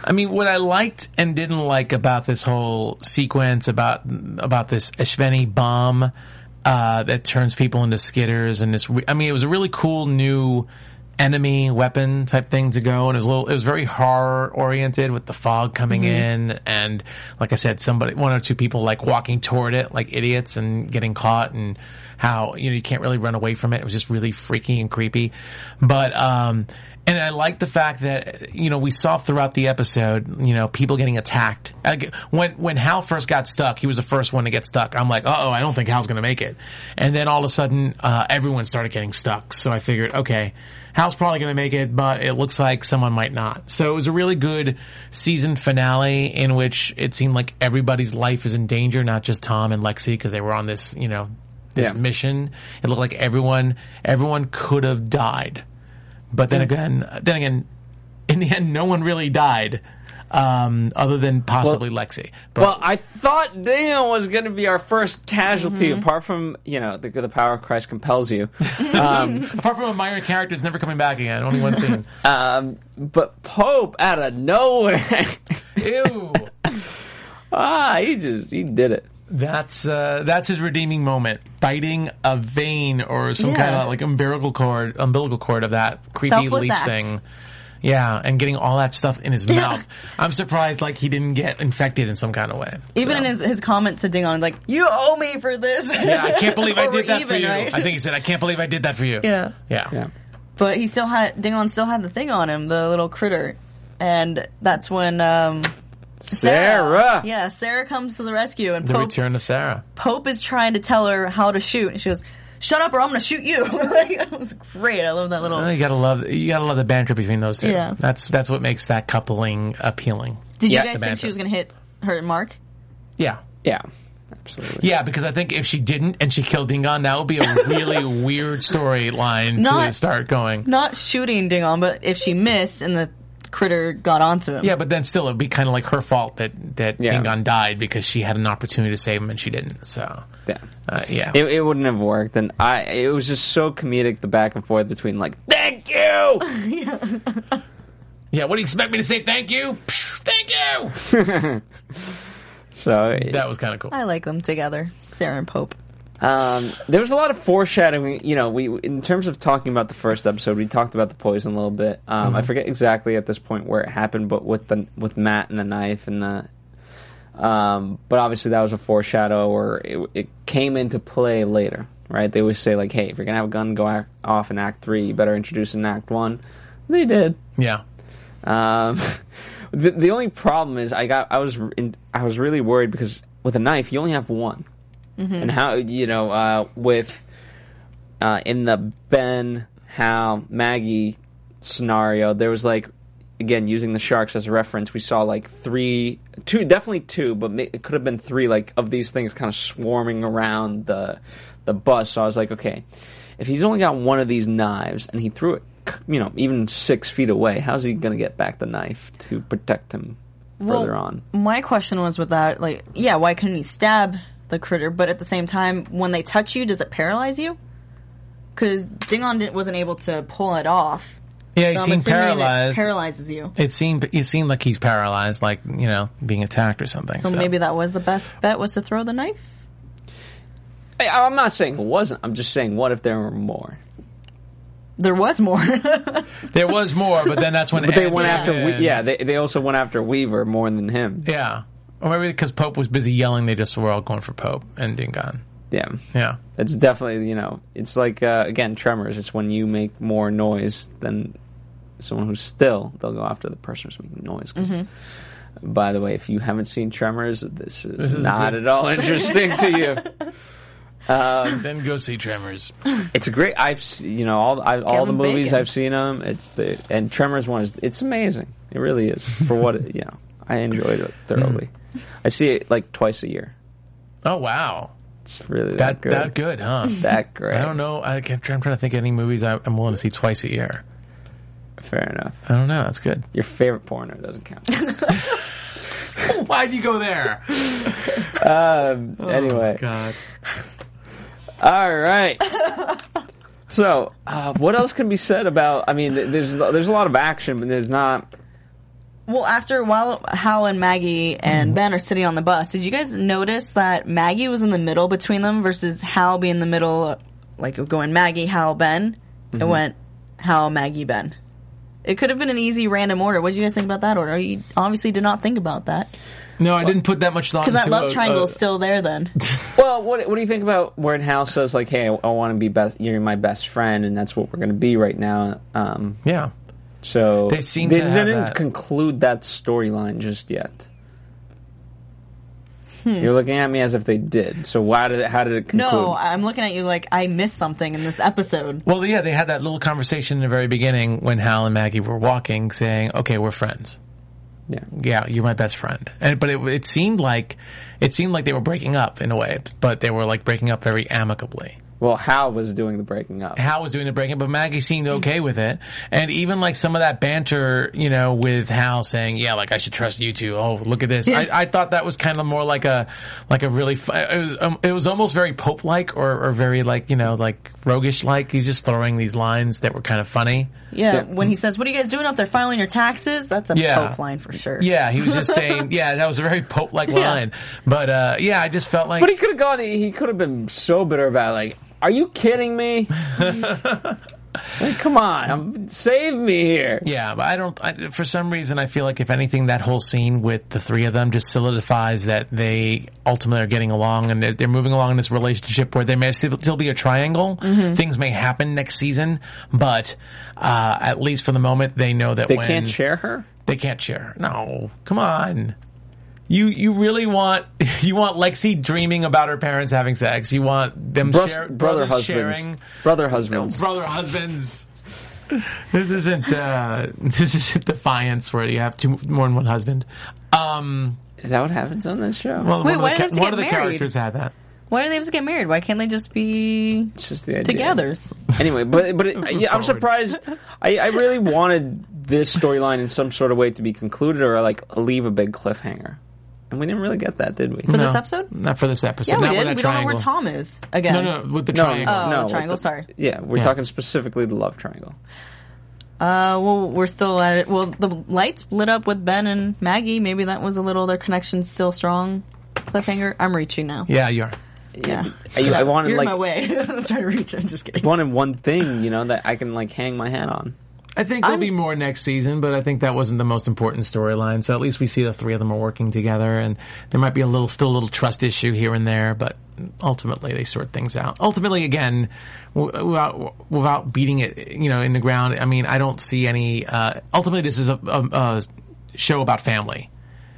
I mean, what I liked and didn't like about this whole sequence about about this Ashveni bomb uh, that turns people into skitters and this. Re- I mean, it was a really cool new enemy weapon type thing to go, and it was a little. It was very horror oriented with the fog coming in, and like I said, somebody one or two people like walking toward it like idiots and getting caught, and how you know you can't really run away from it. It was just really freaky and creepy, but. um and I like the fact that you know we saw throughout the episode, you know, people getting attacked. Like, When when Hal first got stuck, he was the first one to get stuck. I'm like, oh, I don't think Hal's going to make it. And then all of a sudden, uh, everyone started getting stuck. So I figured, okay, Hal's probably going to make it, but it looks like someone might not. So it was a really good season finale in which it seemed like everybody's life is in danger, not just Tom and Lexi because they were on this, you know, this Yeah. mission. It looked like everyone everyone could have died. But then again, then again, in the end, no one really died, um, other than possibly Lexi. But Well, I thought Daniel was going to be our first casualty, apart from you know the, the power of Christ compels you. Um, apart from a minor character is never coming back again, only one scene. um, but Pope out of nowhere, Ew, ah, he just he did it. that's uh, that's his redeeming moment, biting a vein or some Yeah. kind of like umbilical cord, umbilical cord of that creepy Selfless leech act. thing. Yeah, and getting all that stuff in his mouth. I'm surprised like he didn't get infected in some kind of way. Even So- in his, his comment to Ding On, like, you owe me for this. Yeah, I can't believe I Or we're did that for even, you. right? I think he said, I can't believe I did that for you. Yeah. Yeah. Yeah. But he still had, Ding On still had the thing on him, the little critter. And that's when, um, Sarah. Yeah, Sarah comes to the rescue and The Pope's, return of Sarah. Pope is trying to tell her how to shoot. And she goes, shut up or I'm going to shoot you. like, it was great. I love that little. Oh, you gotta love you gotta love the banter between those two. Yeah. That's that's what makes that coupling appealing. Did Yeah, you guys the think banter. she was going to hit her mark? Yeah. Yeah, absolutely. Yeah, because I think if she didn't and she killed Dingon, that would be a really weird storyline to Not- start going. Not shooting Ding On, but if she missed and the critter got onto him. Yeah, but then still it'd be kinda like her fault that, that Yeah. Dingon died because she had an opportunity to save him and she didn't. So Yeah. uh, yeah. It, it wouldn't have worked, and I. It was just so comedic the back and forth between like, thank you. yeah, what do you expect me to say? Thank you? Psh, Thank you. So That was kinda cool. I like them together, Sarah and Pope. Um, there was a lot of foreshadowing. You know, we in terms of talking about the first episode, we talked about the poison a little bit. Um, I forget exactly at this point where it happened, but with the with Matt and the knife and the. Um, but obviously, that was a foreshadow, or it, it came into play later, right? They always say like, "Hey, if you're gonna have a gun go act, off in Act Three, you better introduce it in Act One." They did. Yeah. Um, the the only problem is I got I was r- in, I was really worried because with a knife you only have one, and how you know uh, with uh, in the Ben how Maggie scenario there was like again using the sharks as a reference we saw like three two definitely two but ma- it could have been three like of these things kind of swarming around the the bus so I was like okay if he's only got one of these knives and he threw it c- you know even six feet away how's he gonna get back the knife to protect him further Well, on My question was with that, like, yeah, why couldn't he stab the critter? But at the same time, when they touch you, does it paralyze you? Because Dingon didn't, wasn't able to pull it off. Yeah, he so I'm seemed assuming paralyzed. It paralyzes you. It seemed it seemed like he's paralyzed, like you know, being attacked or something. So, maybe that was the best bet was to throw the knife. Hey, I'm not saying it wasn't I'm just saying what if there were more There was more. there was more, but then that's when But they went Ed- after, we- yeah. They they also went after Weaver more than him. yeah, or maybe because Pope was busy yelling, they just were all going for Pope and Dingon. Yeah, Yeah, It's definitely you know, it's like uh, again tremors. It's when you make more noise than someone who's still. They'll go after the person who's making noise. 'Cause- Mm-hmm. By the way, if you haven't seen Tremors, this is, not at all interesting to you. then go see Tremors. It's great. I've s- you know all I, all the Kevin movies Bacon. I've seen them. It's the and Tremors one is it's amazing. It really is for what it, you know. I enjoyed it thoroughly. I see it like twice a year. Oh wow, It's really that that, good. that good, huh? that great. I don't know. I kept, I'm trying to think of any movies I, I'm willing to see twice a year. Fair enough. I don't know. That's good. Your favorite porno doesn't count. Why'd you go there? anyway, God. all right. so, uh, what else can be said about? I mean, th- there's there's a lot of action, but there's not Well, after while Hal and Maggie and Ben are sitting on the bus, did you guys notice that Maggie was in the middle between them versus Hal being in the middle, like of going Maggie, Hal, Ben? It went Hal, Maggie, Ben. It could have been an easy random order. What did you guys think about that order? You obviously did not think about that No, I didn't put that much thought because into that love a- a- triangle is still there. Then Well, what what do you think about when Hal says like, "Hey, I, want to be best. You're my best friend, and that's what we're going to be right now." Um, yeah. so They seem they to have didn't that. conclude that storyline just yet. You're looking at me as if they did. So why did it, how did it conclude? no, I'm looking at you like I missed something in this episode. Well, yeah, they had that little conversation in the very beginning when Hal and Maggie were walking, saying, "Okay, we're friends. yeah. Yeah, you're my best friend." And but it, it seemed like it seemed like they were breaking up in a way, but they were like breaking up very amicably. Well, Hal was doing the breaking up. Hal was doing the breaking, but Maggie seemed okay with it. And even like some of that banter, you know, with Hal saying, "Yeah, like I should trust you two. Oh, look at this." I, I thought that was kind of more like a like a really fu- it was um, it was almost very Pope like or or very like you know like roguish like. He's just throwing these lines that were kind of funny. Yeah, Yeah. when he says, "What are you guys doing up there filing your taxes?" That's a Yeah. poke line for sure. Yeah, he was just saying, yeah, that was a very Pope like line. But uh, yeah, I just felt like But he could have gone. He could have been so bitter about it, like, "Are you kidding me?" like, come on, I'm, save me here. Yeah, but I don't. I, for some reason, I feel like if anything, that whole scene with the three of them just solidifies that they ultimately are getting along and they're, they're moving along in this relationship where there may still still be a triangle. Mm-hmm. Things may happen next season, but uh, at least for the moment, they know that They when can't share her. they can't share. No, come on. You you really want you want Lexi dreaming about her parents having sex. You want them Brus- share, brother brothers husbands. sharing Brother husbands. brother husbands. This isn't uh, this isn't defiance where you have two more than one husband. Um, Is that what happens on this show? well, Wait, why one of the, do they have to one get of the married? characters had that. Why do they have to get married? Why can't they just be it's just the idea. togethers? Anyway, but but it, yeah, I'm forward. surprised. I, I really wanted this storyline in some sort of way to be concluded or like leave a big cliffhanger, and we didn't really get that, did we? For this episode? Not for this episode. Yeah, Not we with did. that We don't know triangle. where Tom is again. No, no, with the No, triangle. Oh, no, the triangle, sorry. Yeah, we're Yeah. talking specifically the love triangle. Uh, well, we're still at it. Well, the lights lit up with Ben and Maggie. Maybe that was a little their connection's still strong. Cliffhanger. I'm reaching now. Yeah, you are. Yeah, I, I wanted you're in like my way. I'm trying to reach. I'm just kidding. wanted one thing, you know, that I can like hang my hat on. I think there'll be more next season, but I think that wasn't the most important storyline. So at least we see the three of them are working together, and there might be a little, still a little trust issue here and there, but ultimately they sort things out. Ultimately, again, w- without without beating it, you know, in the ground. I mean, I don't see any. Uh, ultimately, this is a, a, a show about family,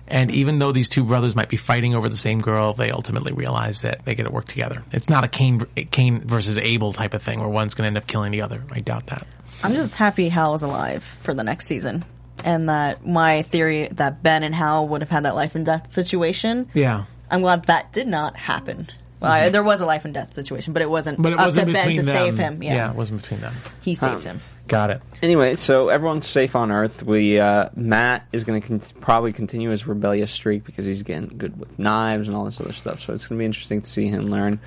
and even though these two brothers might be fighting over the same girl, they ultimately realize that they get to work together. It's not a Cain, Cain versus Abel type of thing where one's going to end up killing the other. I doubt that. I'm just happy Hal is alive for the next season. And that my theory that Ben and Hal would have had that life and death situation. Yeah. I'm glad that did not happen. Well, I, there was a life and death situation, but it wasn't Mm-hmm. But it up wasn't to Ben between to them. save him. Yeah, it wasn't between them. he saved him. Got it. Anyway, so everyone's safe on Earth. We uh, Matt is going to con- probably continue his rebellious streak because he's getting good with knives and all this other stuff. So it's going to be interesting to see him learn.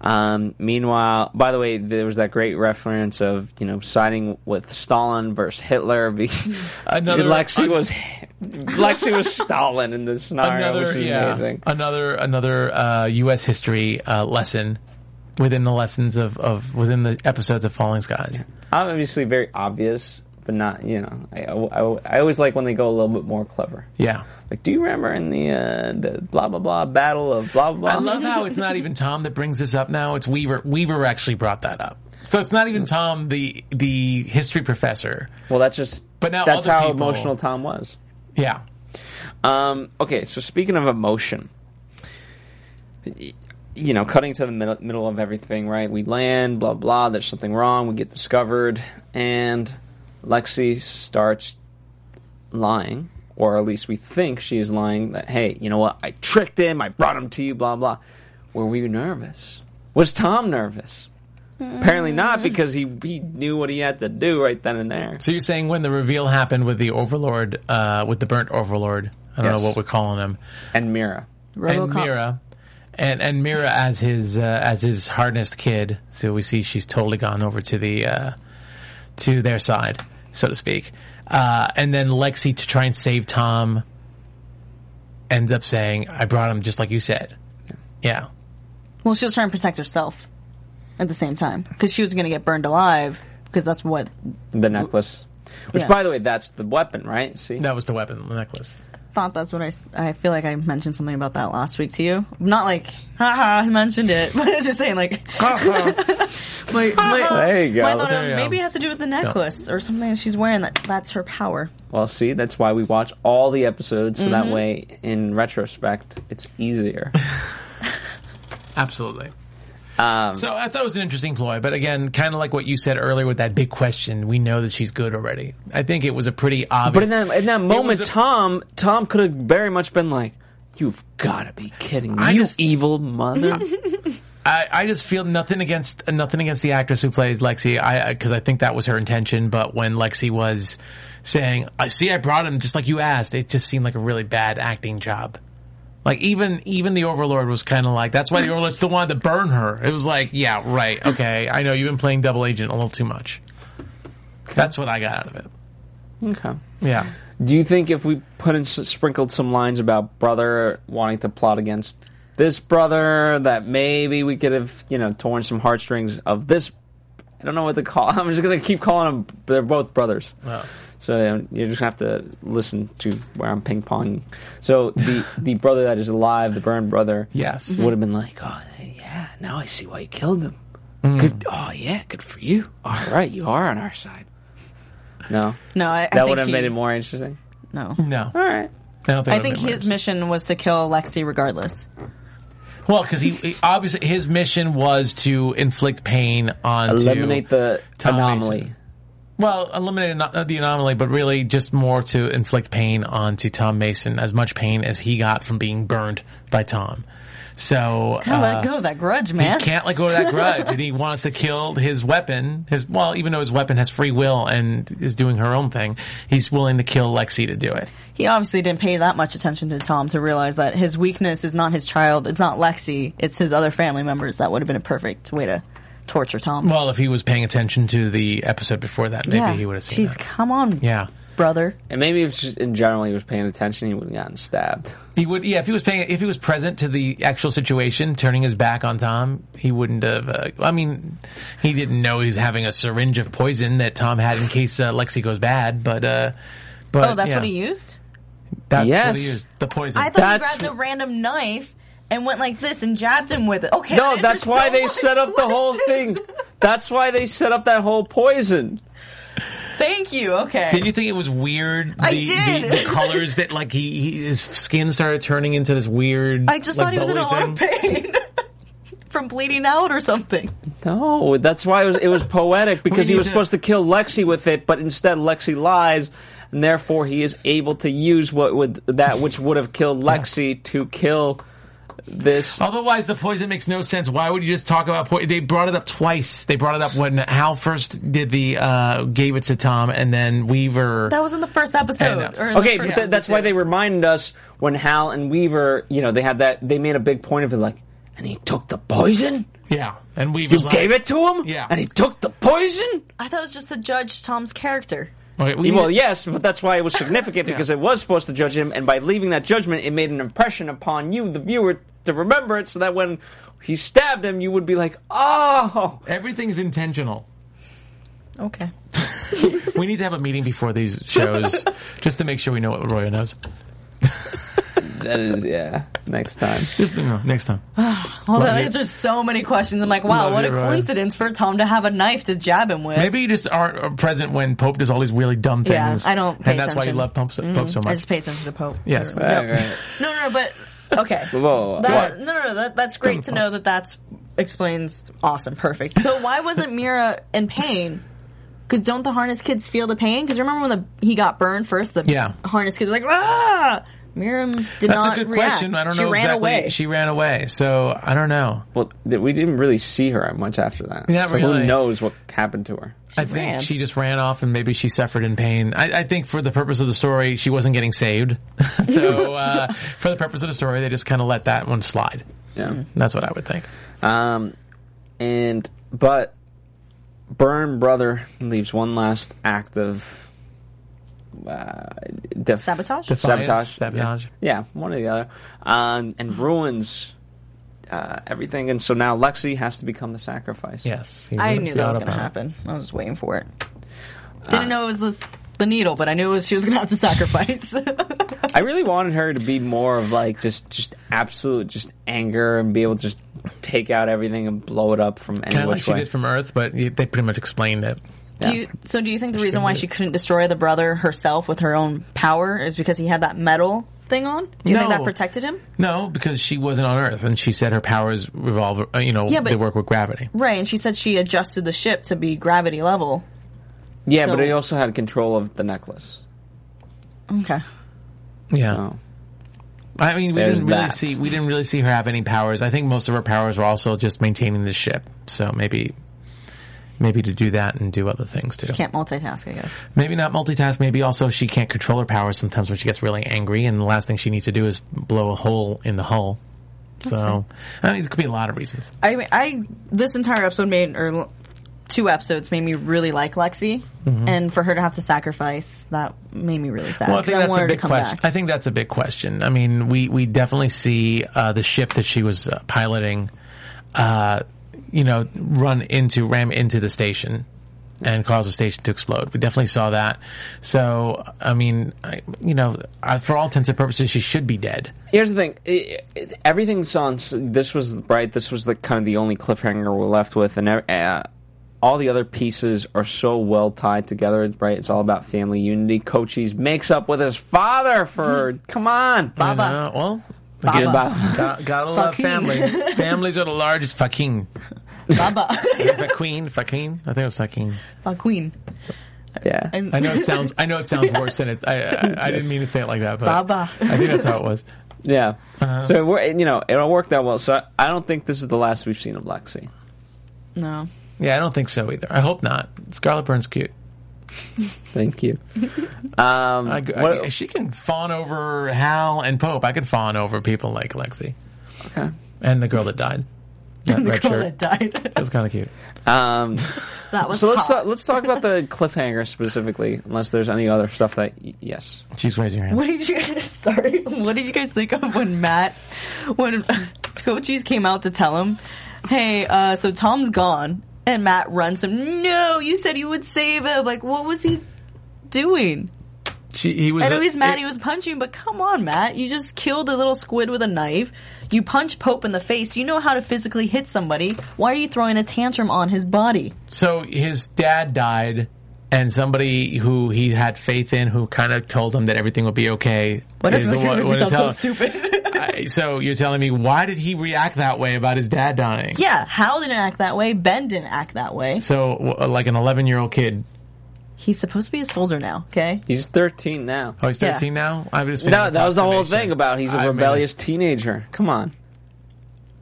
Um, meanwhile, by the way, there was that great reference of you know siding with Stalin versus Hitler. Be- Another- Lexi an- was Lexi was Stalin in this scenario, which is amazing. another another uh, U.S. history uh, lesson within the lessons of, of within the episodes of Falling Skies. Obviously, very obvious, but not you know. I, I, I always like when they go a little bit more clever. Yeah. Like, do you remember in the uh, the blah blah blah battle of blah blah? I blah? love how it's not even Tom that brings this up now. It's Weaver. Weaver actually brought that up. So it's not even Tom, the the history professor. Well, that's just. But now that's other how people- emotional Tom was. Yeah. Um, okay, so speaking of emotion, y- you know, cutting to the middle, middle of everything, right? We land, blah blah. There's something wrong. We get discovered, and Lexi starts lying, or at least we think she is lying. That hey, you know what? I tricked him. I brought him to you. Blah blah. Were we nervous? Was Tom nervous? Apparently not, because he he knew what he had to do right then and there. So you're saying when the reveal happened with the Overlord, uh, with the burnt Overlord. I don't Yes. know what we're calling him. And Mira. and Mira, and and Mira as his uh, as his harnessed kid. So we see she's totally gone over to the uh, to their side, so to speak. Uh, and then Lexi to try and save Tom ends up saying, "I brought him just like you said." Yeah. Well, she was trying to protect herself at the same time because she was going to get burned alive because that's what. the necklace. Which, Yeah. by the way, that's the weapon, right? See, That was the weapon, the necklace. Thought that's what I. s- I feel like I mentioned something about that last week to you. Not like, haha, I mentioned it, but I was just saying like, like, like There you go. I thought There you it maybe go. it has to do with the necklace or something she's wearing. That that's her power. well, see, that's why we watch all the episodes, so that way, in retrospect, it's easier. Absolutely. Um, so I thought it was an interesting ploy, but again, kind of like what you said earlier with that big question, we know that she's good already. I think it was a pretty obvious. But in that in that moment, a- Tom Tom could have very much been like, "You've got to be kidding me, I you just- evil mother." I, I just feel nothing against nothing against the actress who plays Lexi, I because I think that was her intention. But when Lexi was saying, "I see, I brought him," just like you asked, it just seemed like a really bad acting job. Like even even the Overlord was kind of like that's why the Overlord still wanted to burn her. It was like, yeah, right, okay, I know you've been playing double agent a little too much. That's what I got out of it. okay. Yeah. Do you think if we put in s- sprinkled some lines about brother wanting to plot against this brother, that maybe we could have you know torn some heartstrings of this? I don't know what to call. I'm just gonna keep calling them. They're both brothers. So um, you're just gonna have to listen to where I'm ping ponging. So the the brother that is alive, the burned brother, Yes. would have been like, oh yeah, now I see why you killed him. Good. Oh yeah, good for you. All right, you are on our side. No, No, I, I that think would have he- made it more interesting. No, No. All right. I don't think. I it think would've been his murder. mission was to kill Lexi regardless. well because he, he obviously his mission was to inflict pain on Eliminate the Tom anomaly. Mason. Well, eliminate ano- uh, the anomaly, but really just more to inflict pain onto Tom Mason, as much pain as he got from being burned by Tom. So Gotta uh, let go of that grudge, he man. can't let go of that grudge, and he wants to kill his weapon. His well, even though his weapon has free will and is doing her own thing, he's willing to kill Lexi to do it. He obviously didn't pay that much attention to Tom to realize that his weakness is not his child, it's not Lexi, it's his other family members. That would have been a perfect way to torture Tom. Well, if he was paying attention to the episode before that, maybe he would have seen Jeez, that. come on, Yeah. brother. And maybe if just in general he was paying attention, he would have gotten stabbed. He would, yeah. If he was paying, if he was present to the actual situation, turning his back on Tom, he wouldn't have. Uh, I mean, he didn't know he was having a syringe of poison that Tom had in case uh, Lexi goes bad. But, uh, but Oh, that's yeah, what he used? That's what Yes. he used. The poison. I thought That's- he grabbed a random knife and went like this and jabbed him with it. Okay, No, that that's answers why so they much set up the whole questions. thing. That's why they set up that whole poison. Thank you. Okay. did you think it was weird? The, I did. The, the colors that like he, he his skin started turning into this weird. I just like, thought he was in a bubbly lot of thing. pain from bleeding out or something. No, that's why it was, it was poetic because he need was to- supposed to kill Lexi with it, but instead Lexi lies, and therefore he is able to use what would that which would have killed Lexi to kill this. Otherwise, the poison makes no sense. Why would you just talk about poison? They brought it up twice. They brought it up when Hal first did the uh, gave it to Tom, and then Weaver. That was in the first I episode. know. Or in the Okay, first but th- that's episode. why they reminded us when Hal and Weaver, you know, they had that. They made a big point of it, like, and he took the poison. Yeah, and we You gave it to him, Yeah. and he took the poison. I thought it was just to judge Tom's character. Okay, we well, yes, but that's why it was significant because it was supposed to judge him, and by leaving that judgment, it made an impression upon you, the viewer, to remember it, so that when he stabbed him, you would be like, "Oh, everything's intentional. Okay. We need to have a meeting before these shows just to make sure we know what Roya knows. that is yeah." Next time, Just you know, next time. Well, that Love you. answers so many questions. I'm like, wow, Love what you, a Ryan. coincidence for Tom to have a knife to jab him with. Maybe you just aren't uh, present when Pope does all these really dumb things. Yeah, I don't pay and that's why you attention. Mm-hmm. love Pope so, Pope so I much. just paid attention to the Pope. Yes. No, no, no, but okay. Whoa. That, no, no, no, that, that's great to know that that's explains. Awesome, perfect. So why wasn't Mira in pain? Because don't the harness kids feel the pain? Because remember when the he got burned first, the Yeah. harness kids were like ah. Miriam did That's a not good react. question. I don't she know ran exactly. Away. She ran away, so I don't know. Well, th- we didn't really see her much after that. Not so really. Who knows what happened to her? I think ran. she just ran off and maybe she suffered in pain. I, I think for the purpose of the story, she wasn't getting saved. so uh, for the purpose of the story, they just kind of let that one slide. Yeah. That's what I would think. Um, and but Burn Brother leaves one last act of uh, def- Sabotage? Defiance, sabotage, sabotage. Yeah. yeah, one or the other, um, and ruins uh, everything. And so now Lexi has to become the sacrifice. Yes, he I rips knew the that Ah. was Autobot. going to happen. I was waiting for it. Didn't know it was this, the needle, but I knew it was, she was going to have to sacrifice. I really wanted her to be more of like just just absolute just anger and be able to just take out everything and blow it up from any Kind of like which she way. did from Earth, but y- they pretty much explained it. do you, so do you think the reason why she couldn't destroy the brother herself with her own power is because he had that metal thing on? Do you think No. that protected him? No, because she wasn't on Earth, and she said her powers revolve. uh, You know, Yeah, but- they work with gravity. Right, and she said she adjusted the ship to be gravity level. yeah, but so- he also had control of the necklace. Okay. Yeah, Oh. I mean, we There's didn't really that. see we didn't really see her have any powers. I think most of her powers were also just maintaining the ship. So maybe, maybe to do that and do other things too. Can't multitask, I guess. Maybe not multitask. Maybe also she can't control her powers sometimes when she gets really angry, and the last thing she needs to do is blow a hole in the hull. so I mean, it could be a lot of reasons. I mean, I this entire episode made or l- two episodes made me really like Lexi, and for her to have to sacrifice that made me really sad. Well, I 'cause think that's want a her to big come question. back. I think that's a big question. I mean, we we definitely see uh, the ship that she was uh, piloting, uh, you know, run into ram into the station and cause the station to explode. We definitely saw that. So, I mean, I, you know, I, for all intents and purposes, she should be dead. Here's the thing: i i everything's on. s- This was right. This was the kind of the only cliffhanger we're left with, and ev- uh, all the other pieces are so well tied together. Right? It's all about family unity. Cochise makes up with his father Mm-hmm. for. come on, You Baba. know? Well, Baba. again, Baba. got, gotta love Fucking. family. Families are the largest fucking Baba, fucking fucking. I think it was fucking. Fuck queen. Yeah. And- I know it sounds. I know it sounds worse than it. I, I, I didn't mean to say it like that, but Baba. I think that's how it was. Yeah. uh-huh. So it, wor- you know it all worked out well. So I, I don't think this is the last we've seen of Lexi. No, Yeah, I don't think so either. I hope not. Scarlet Burns cute. Thank you. Um, I, I- what- she can fawn over Hal and Pope. I could fawn over people like Lexi okay. and the girl that died. That the red girl shirt. that died. That was kind of cute. Um, that was so let's hot. talk, let's talk about the cliffhanger specifically. Unless there's any other stuff that y- yes. She's raising her hand. What did you guys, sorry? What did you guys think of when Matt, when Cochise came out to tell him, hey, uh, so Tom's gone, and Matt runs him, no, you said you would save him. Like, what was he doing? She, he was. I know a- he's mad it- he was punching, but come on, Matt. You just killed a little squid with a knife. You punch Pope in the face. You know how to physically hit somebody. Why are you throwing a tantrum on his body? So his dad died, and somebody who he had faith in, who kind of told him that everything would be okay, What if is the like, one- it one to sounds so tell- stupid? I- so you're telling me why did he react that way about his dad dying? yeah, Hal didn't act that way. Ben didn't act that way. So w- like an 11 year old kid. He's supposed to be a soldier now, okay? He's 13 now. Oh, he's Yeah. 13 now. I've just been No, that was the whole thing about he's a I mean- rebellious teenager. Come on.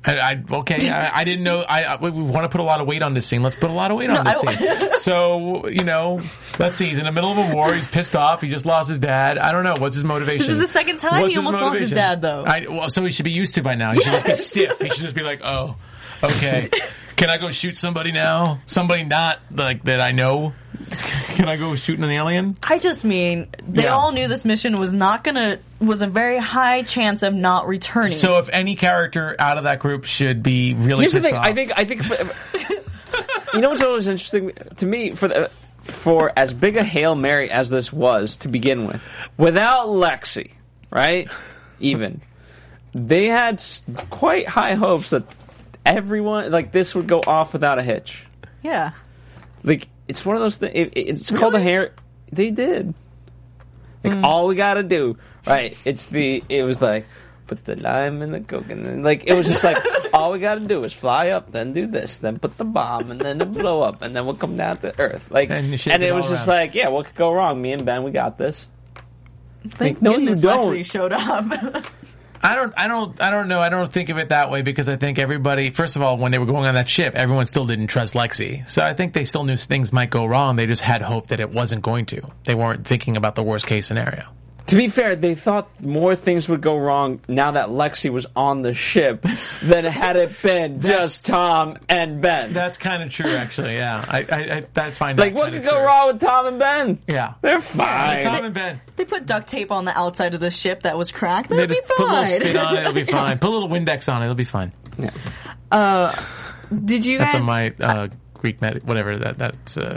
I, I, okay, I, I didn't know. I, I we want to put a lot of weight on this scene. Let's put a lot of weight on this I scene. so you know, let's see. He's in the middle of a war. He's pissed off. He just lost his dad. I don't know what's his motivation. This is the second time he his almost lost his dad, though. I, well, so he should be used to by now. He should just be stiff. He should just be like, oh, okay. Can I go shoot somebody now? Somebody not like that I know. Can I go shooting an alien? I just mean they Yeah. all knew this mission was not gonna was a very high chance of not returning. So if any character out of that group should be really Here's the pissed thing. off, I think. I think. you know what's always interesting to me for the, for as big a hail mary as this was to begin with, without Lexi, right? Even they had s- quite high hopes that everyone like this would go off without a hitch. yeah, Like it's one of those things. It, it- it's called a hair. They did. Like Hmm. all we gotta do, right? It's the. It was like put the lime in the coke, and then, like it was just like all we gotta do is fly up, then do this, then put the bomb, and then the blow up, and then we'll come down to earth. Like And and, you shake it it all was just around. like, yeah, what could go wrong? Me and Ben, we got this. thank Like, no, you goodness don't. Lexi showed up. I don't, I don't, I don't know. I don't think of it that way because I think everybody, first of all, when they were going on that ship, everyone still didn't trust Lexi. So I think they still knew things might go wrong. They just had hope that it wasn't going to. They weren't thinking about the worst case scenario. To be fair, they thought more things would go wrong now that Lexi was on the ship than had it been just Tom and Ben. That's kind of true, actually. Yeah, I, I, I that find like, that what kinda could go true. wrong with Tom and Ben? Yeah. They're Yeah, fine. Tom and Ben. They put duct tape on the outside of the ship that was cracked. They That'd just be put a little fine. spin on it. It'll be fine. Put a little Windex on it. It'll be fine. Did you That's guys? on my uh, Greek med. Whatever that that's.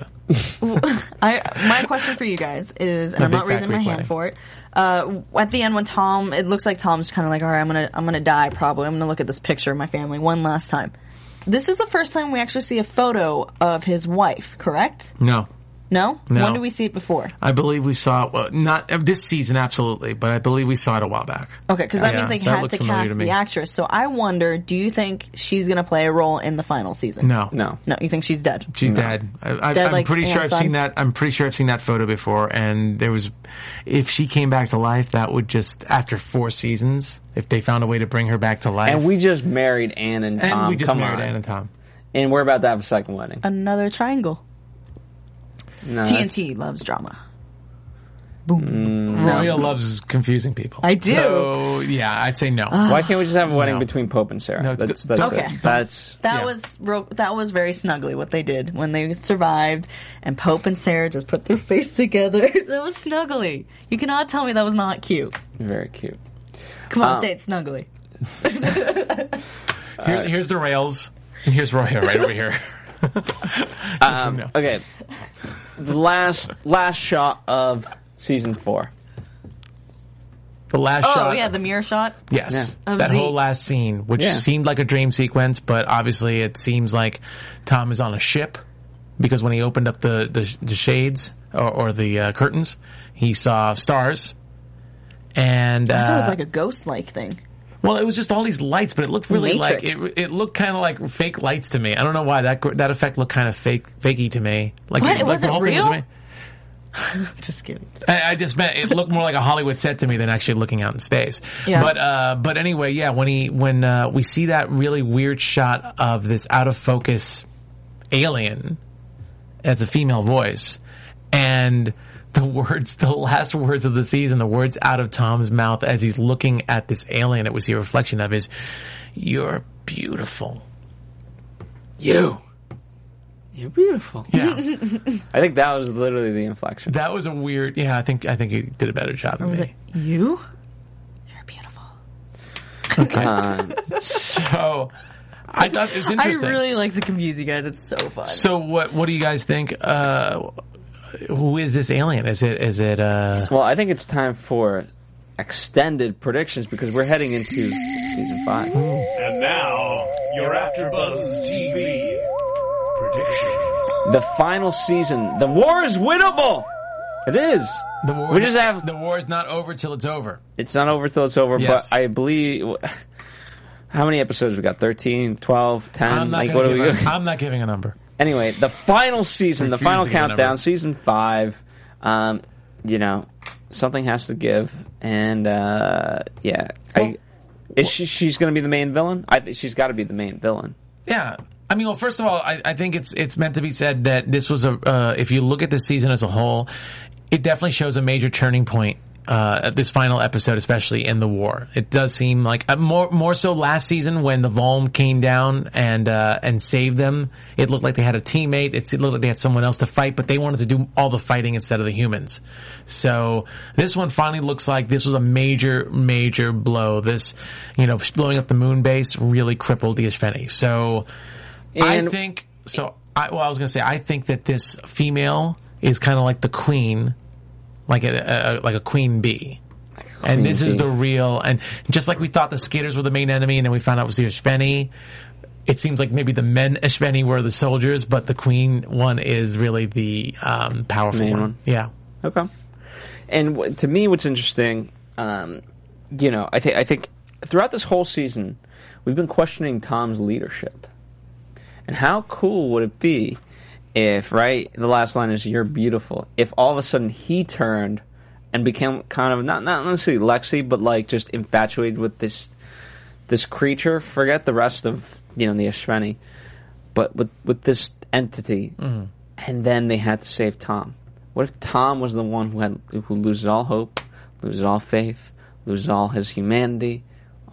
Uh, I my question for you guys is, and I'm big not fat raising my Greek hand wedding. for it. Uh, at the end, when Tom, it looks like Tom's kind of like, all right, I'm gonna, I'm gonna die. Probably, I'm gonna look at this picture of my family one last time. This is the first time we actually see a photo of his wife, correct? no, No. No. When did we see it before? I believe we saw it, well, not uh, this season, absolutely, but I believe we saw it a while back. Okay, because that Yeah, means they that had looked to familiar cast to me. the actress. So I wonder, do you think she's gonna play a role in the final season? No, No. No, you think she's dead? She's dead. I, I, Dead I'm like pretty sure I've Anson. seen that. I'm pretty sure I've seen that photo before. And there was, if she came back to life, that would just after four seasons, if they found a way to bring her back to life, And we just married Ann and and Tom. we just Come married on. Ann and Tom. And we're about to have a second wedding. Another triangle. No, that's- TNT loves drama. Royal loves confusing people. I do. Ah. So yeah, I'd say no. Why can't we just have a wedding No. between Pope and Sarah? No, that's th- that's Okay. it. That's That Yeah. was real, that was very snugly what they did when they survived, and Pope and Sarah just put their face together. that was snuggly. You cannot tell me that was not cute. very cute. Come on, Oh. Um, say it snuggly. Here, here's the rails. And here's Roya right over here. Um, no. Okay, the last last shot of season four. The last Oh shot. yeah, the mirror shot. Yes. Yeah. Of That the- whole last scene, which Yeah. seemed like a dream sequence, but obviously it seems like Tom is on a ship because when he opened up the, the, the shades or, or the uh, curtains, he saw stars. And That was uh, like a ghost-like thing. well, it was just all these lights, but it looked really Matrix. like it, it looked kind of like fake lights to me. I don't know why that gr- that effect looked kind of fake, fakey to me. Like What? It like wasn't real? ma- Just kidding. I, I just meant it looked more like a Hollywood set to me than actually looking out in space. Yeah. But uh, but anyway, yeah. When he when uh, we see that really weird shot of this out of focus alien as a female voice, and the words, the last words of the season, the words out of Tom's mouth as he's looking at this alien that we see a reflection of is, "You're beautiful." You. You're beautiful. Yeah. I think that was literally the inflection. that was a weird. Yeah, I think I think you did a better job than I was me. like, you? You're beautiful. Uh, So I thought it was I interesting. really like to confuse you guys. It's so fun. so what what do you guys think? Uh, who is this alien? Is it is it uh, Well, I think it's time for extended predictions because we're heading into season five. And now, your AfterBuzz TV predictions. The final season. The war is winnable. It is. the war? we just have the war is not over till it's over. It's not over till it's over, Yes. but I believe. How many episodes we got? 13, 12, 10? I'm not like, what gonna do we give a- go? I'm not giving a number. Anyway, the final season, the Refuse final to give a countdown, number. season five. Um, you know, something has to give, and uh, yeah, I, is she she's going to be the main villain? I think she's got to be the main villain. Yeah. I mean, well, first of all, I, I think it's it's meant to be said that this was a. Uh, if you look at this season as a whole, it definitely shows a major turning point. Uh, at this final episode, especially in the war, it does seem like uh, more more so last season when the Volm came down and uh, and saved them. It looked like they had a teammate. It looked like they had someone else to fight, but they wanted to do all the fighting instead of the humans. So this one finally looks like this was a major, major blow. This, you know, blowing up the moon base really crippled the Ishveni. So I And- think so. I, well, I was going to say I think that this female is kind of like the queen, like a, a like a queen bee. and this is bee. the real, and just like we thought the skaters were the main enemy, and then we found out it was the Ishveni. It seems like maybe the men Ishveni were the soldiers, but the queen one is really the um, powerful Main one. one. Yeah, Okay. And w- to me, what's interesting, um, you know, I think I think throughout this whole season, we've been questioning Tom's leadership, and how cool would it be if, right, the last line is "You're beautiful." If all of a sudden he turned and became kind of not not necessarily Lexi, but like just infatuated with this this creature. Forget the rest of you know the Ashveni, but with with this entity, Mm-hmm. and then they had to save Tom. What if Tom was the one who had who loses all hope, loses all faith, loses all his humanity,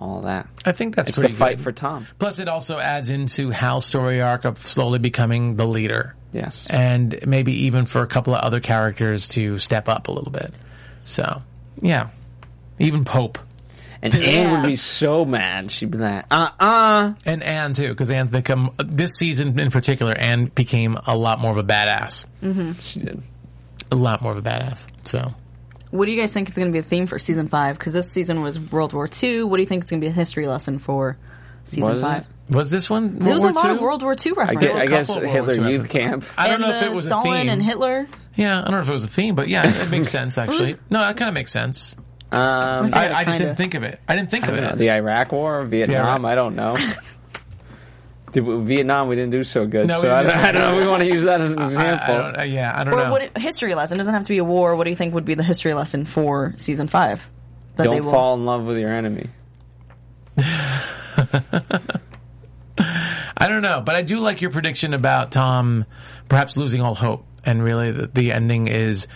all that. I think that's It's pretty the fight good. for Tom. Plus, it also adds into Hal's story arc of slowly becoming the leader. Yes. And maybe even for a couple of other characters to step up a little bit. So, yeah. Even Pope. And Anne would be so mad. She'd be like, uh uh And Anne, too, because Anne's become, this season in particular, Anne became a lot more of a badass. She did. A lot more of a badass. So, What do you guys think is going to be the theme for season five? Because this season was World War II. What do you think is going to be a history lesson for season Was it? five? was this one There was a World War lot II? of World War II I, references. gue- I guess couple of Hitler World War II Youth episodes. camp. I don't and know if the it was Stalin a theme. and Hitler. Yeah, I don't know if it was a theme, but yeah, it makes sense actually. No, that kind of makes sense. Um, I, I just kinda. didn't think of it. I didn't think of uh, it. the Iraq War, Vietnam, right. I don't know. Did we- Vietnam, we didn't do so good. No, we so I don't, didn't do so I don't know if we want to use that as an I, example. I don't, uh, yeah, I don't Or know. what history lesson? It doesn't have to be a war. What do you think would be the history lesson for season five? That Don't fall in love with your enemy. I don't know, but I do like your prediction about Tom perhaps losing all hope, and really the, the ending is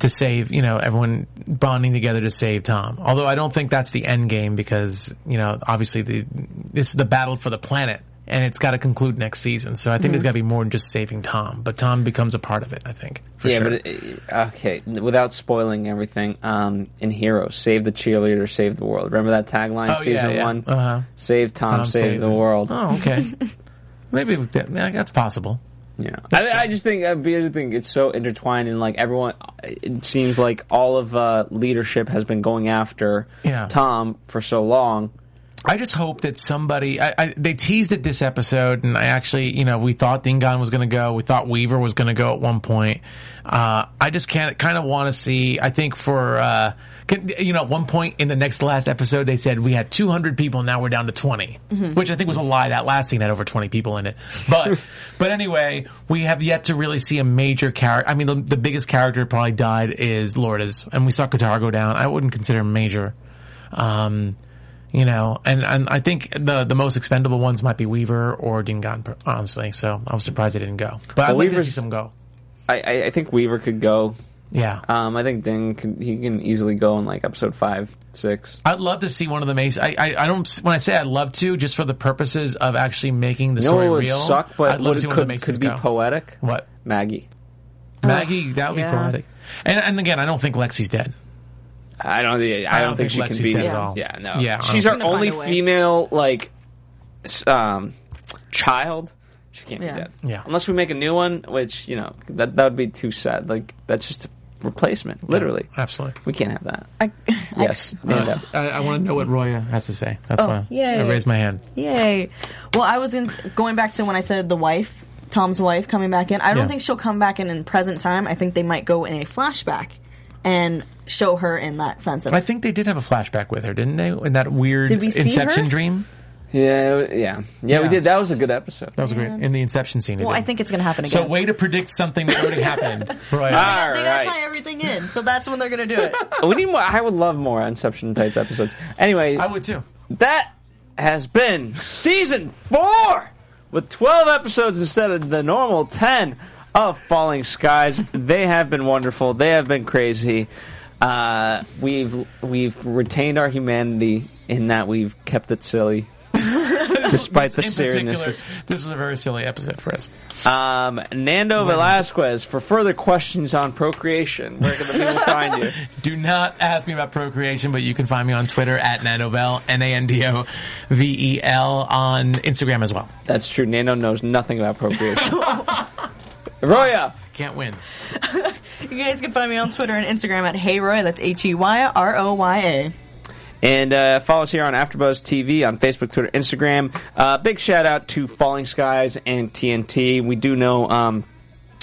to save, you know, everyone bonding together to save Tom. Although I don't think that's the end game because, you know, obviously the this is the battle for the planet, and it's got to conclude next season. So I think there's Mm-hmm. got to be more than just saving Tom, but Tom becomes a part of it. I think. For yeah, sure. but it, okay. Without spoiling everything, um, in Hero, save the cheerleader, save the world. Remember that tagline, Oh, yeah, season yeah. one. Uh-huh. Save Tom, Tom save, saved the him. world. Oh, okay. Maybe we could- yeah, that's possible. Yeah, I, I just think I just think it's so intertwined, and like everyone, it seems like all of uh, leadership has been going after Yeah. Tom for so long. I just hope that somebody I, I, they teased it this episode, and I actually, you know, we thought Dingon was going to go, we thought Weaver was going to go at one point. Uh, I just can't kind of want to see. I think for uh, can, you know, at one point in the next last episode, they said we had 200 people, now we're down to 20, which I think was a lie. That last scene had over 20 people in it, but but anyway, we have yet to really see a major character. I mean, the, the biggest character that probably died is Lourdes, and we saw Qatar go down. I wouldn't consider him major. Um, you know, and, and I think the the most expendable ones might be Weaver or Dingon, per- honestly. So I was surprised they didn't go, but I'd like to see Weaver's- some go. I, I, I think Weaver could go. Yeah, Um, I think Ding can, he can easily go in like episode five, six. I'd love to see one of the Mace. I, I I don't when I say I'd love to, just for the purposes of actually making the No, story it would real. suck, but I'd love what to see it one of could the Masons could be go. poetic. What Maggie? Maggie? That would yeah. be poetic. And and again, I don't think Lexi's dead. I don't. think- I, I don't don't think, think she Lexi's can be dead at all. Yeah, no. Yeah, I don't she's our think so. only Find a way. female like s- um, child. She can't Yeah. be dead. Yeah. unless we make a new one, which you know that that would be too sad. Like that's just a replacement, literally. absolutely. We can't have that. I, yes, Uh, Mando. I, I want to know what Roya has to say. That's why yay. I raised my hand. Yay. Well, I was in, going back to when I said the wife, Tom's wife, coming back in. I don't Yeah. think she'll come back in in present time. I think they might go in a flashback and show her in that sense of. I think they did have a flashback with her, didn't they? In that weird Did we see Inception her? dream. yeah, yeah, yeah, We Yeah. did. That was a good episode. That was great in the Inception scene. it well, I did. think it's going to happen again. So way to predict something that already happened, right? Ah. they gotta All right. tie everything in, so that's when they're gonna do it. we need more. I would love more Inception type episodes. Anyway, I would too. that has been season four with 12 episodes instead of the normal 10 of Falling Skies. They have been wonderful. They have been crazy. Uh, we've we've retained our humanity in that we've kept it silly, despite the in seriousness. particular, this is a very silly episode for us. Um, Nando Velasquez. For further questions on procreation, where can the people find you? Do not ask me about procreation, but you can find me on Twitter at Nandovel, N-A-N-D-O-V-E-L, E on Instagram as well. That's true. Nando knows nothing about procreation. Roya. Can't win. Oh You guys can find me on Twitter and Instagram at HeyRoy. That's H E Y R O Y A. And uh, follow us here on AfterBuzz TV on Facebook, Twitter, Instagram. Uh, big shout out to Falling Skies and TNT. We do know um,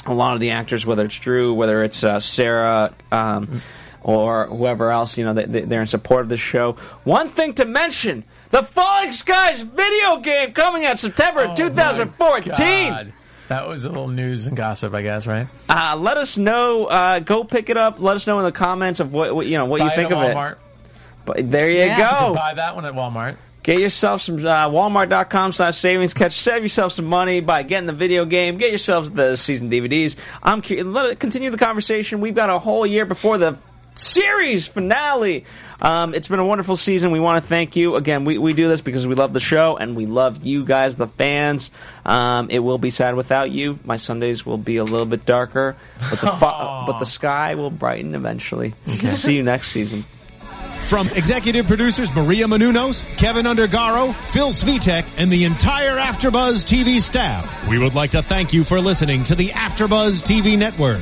a lot of the actors, whether it's Drew, whether it's uh, Sarah, um, or whoever else. You know, they, they- they're in support of this show. One thing to mention: the Falling Skies video game coming out September Oh, of 2014. my God. That was a little news and gossip, I guess, right? Uh, let us know. Uh, go pick it up. Let us know in the comments of what, what you know what Buy you think it at of Walmart. it. Oh. But there you Yeah. go. Buy that one at Walmart. Get yourself some uh, Walmart.com slash savings catch. Save yourself some money by getting the video game. Get yourselves the season DVDs. I'm curious. Let it continue the conversation. We've got a whole year before the series finale. Um, it's been a wonderful season. We want to thank you again. We, we do this because we love the show and we love you guys, the fans. Um, it will be sad without you. My Sundays will be a little bit darker, but the fu- but the sky will brighten eventually. See you next season. From executive producers Maria Manunos, Kevin Undergaro, Phil Svitek, and the entire Afterbuzz TV staff, we would like to thank you for listening to the Afterbuzz TV network.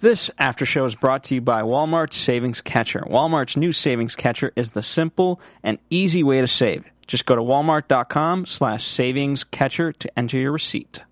This after show is brought to you by Walmart Savings Catcher. Walmart's new savings catcher is the simple and easy way to save. Just go to walmart.com slash savings catcher to enter your receipt.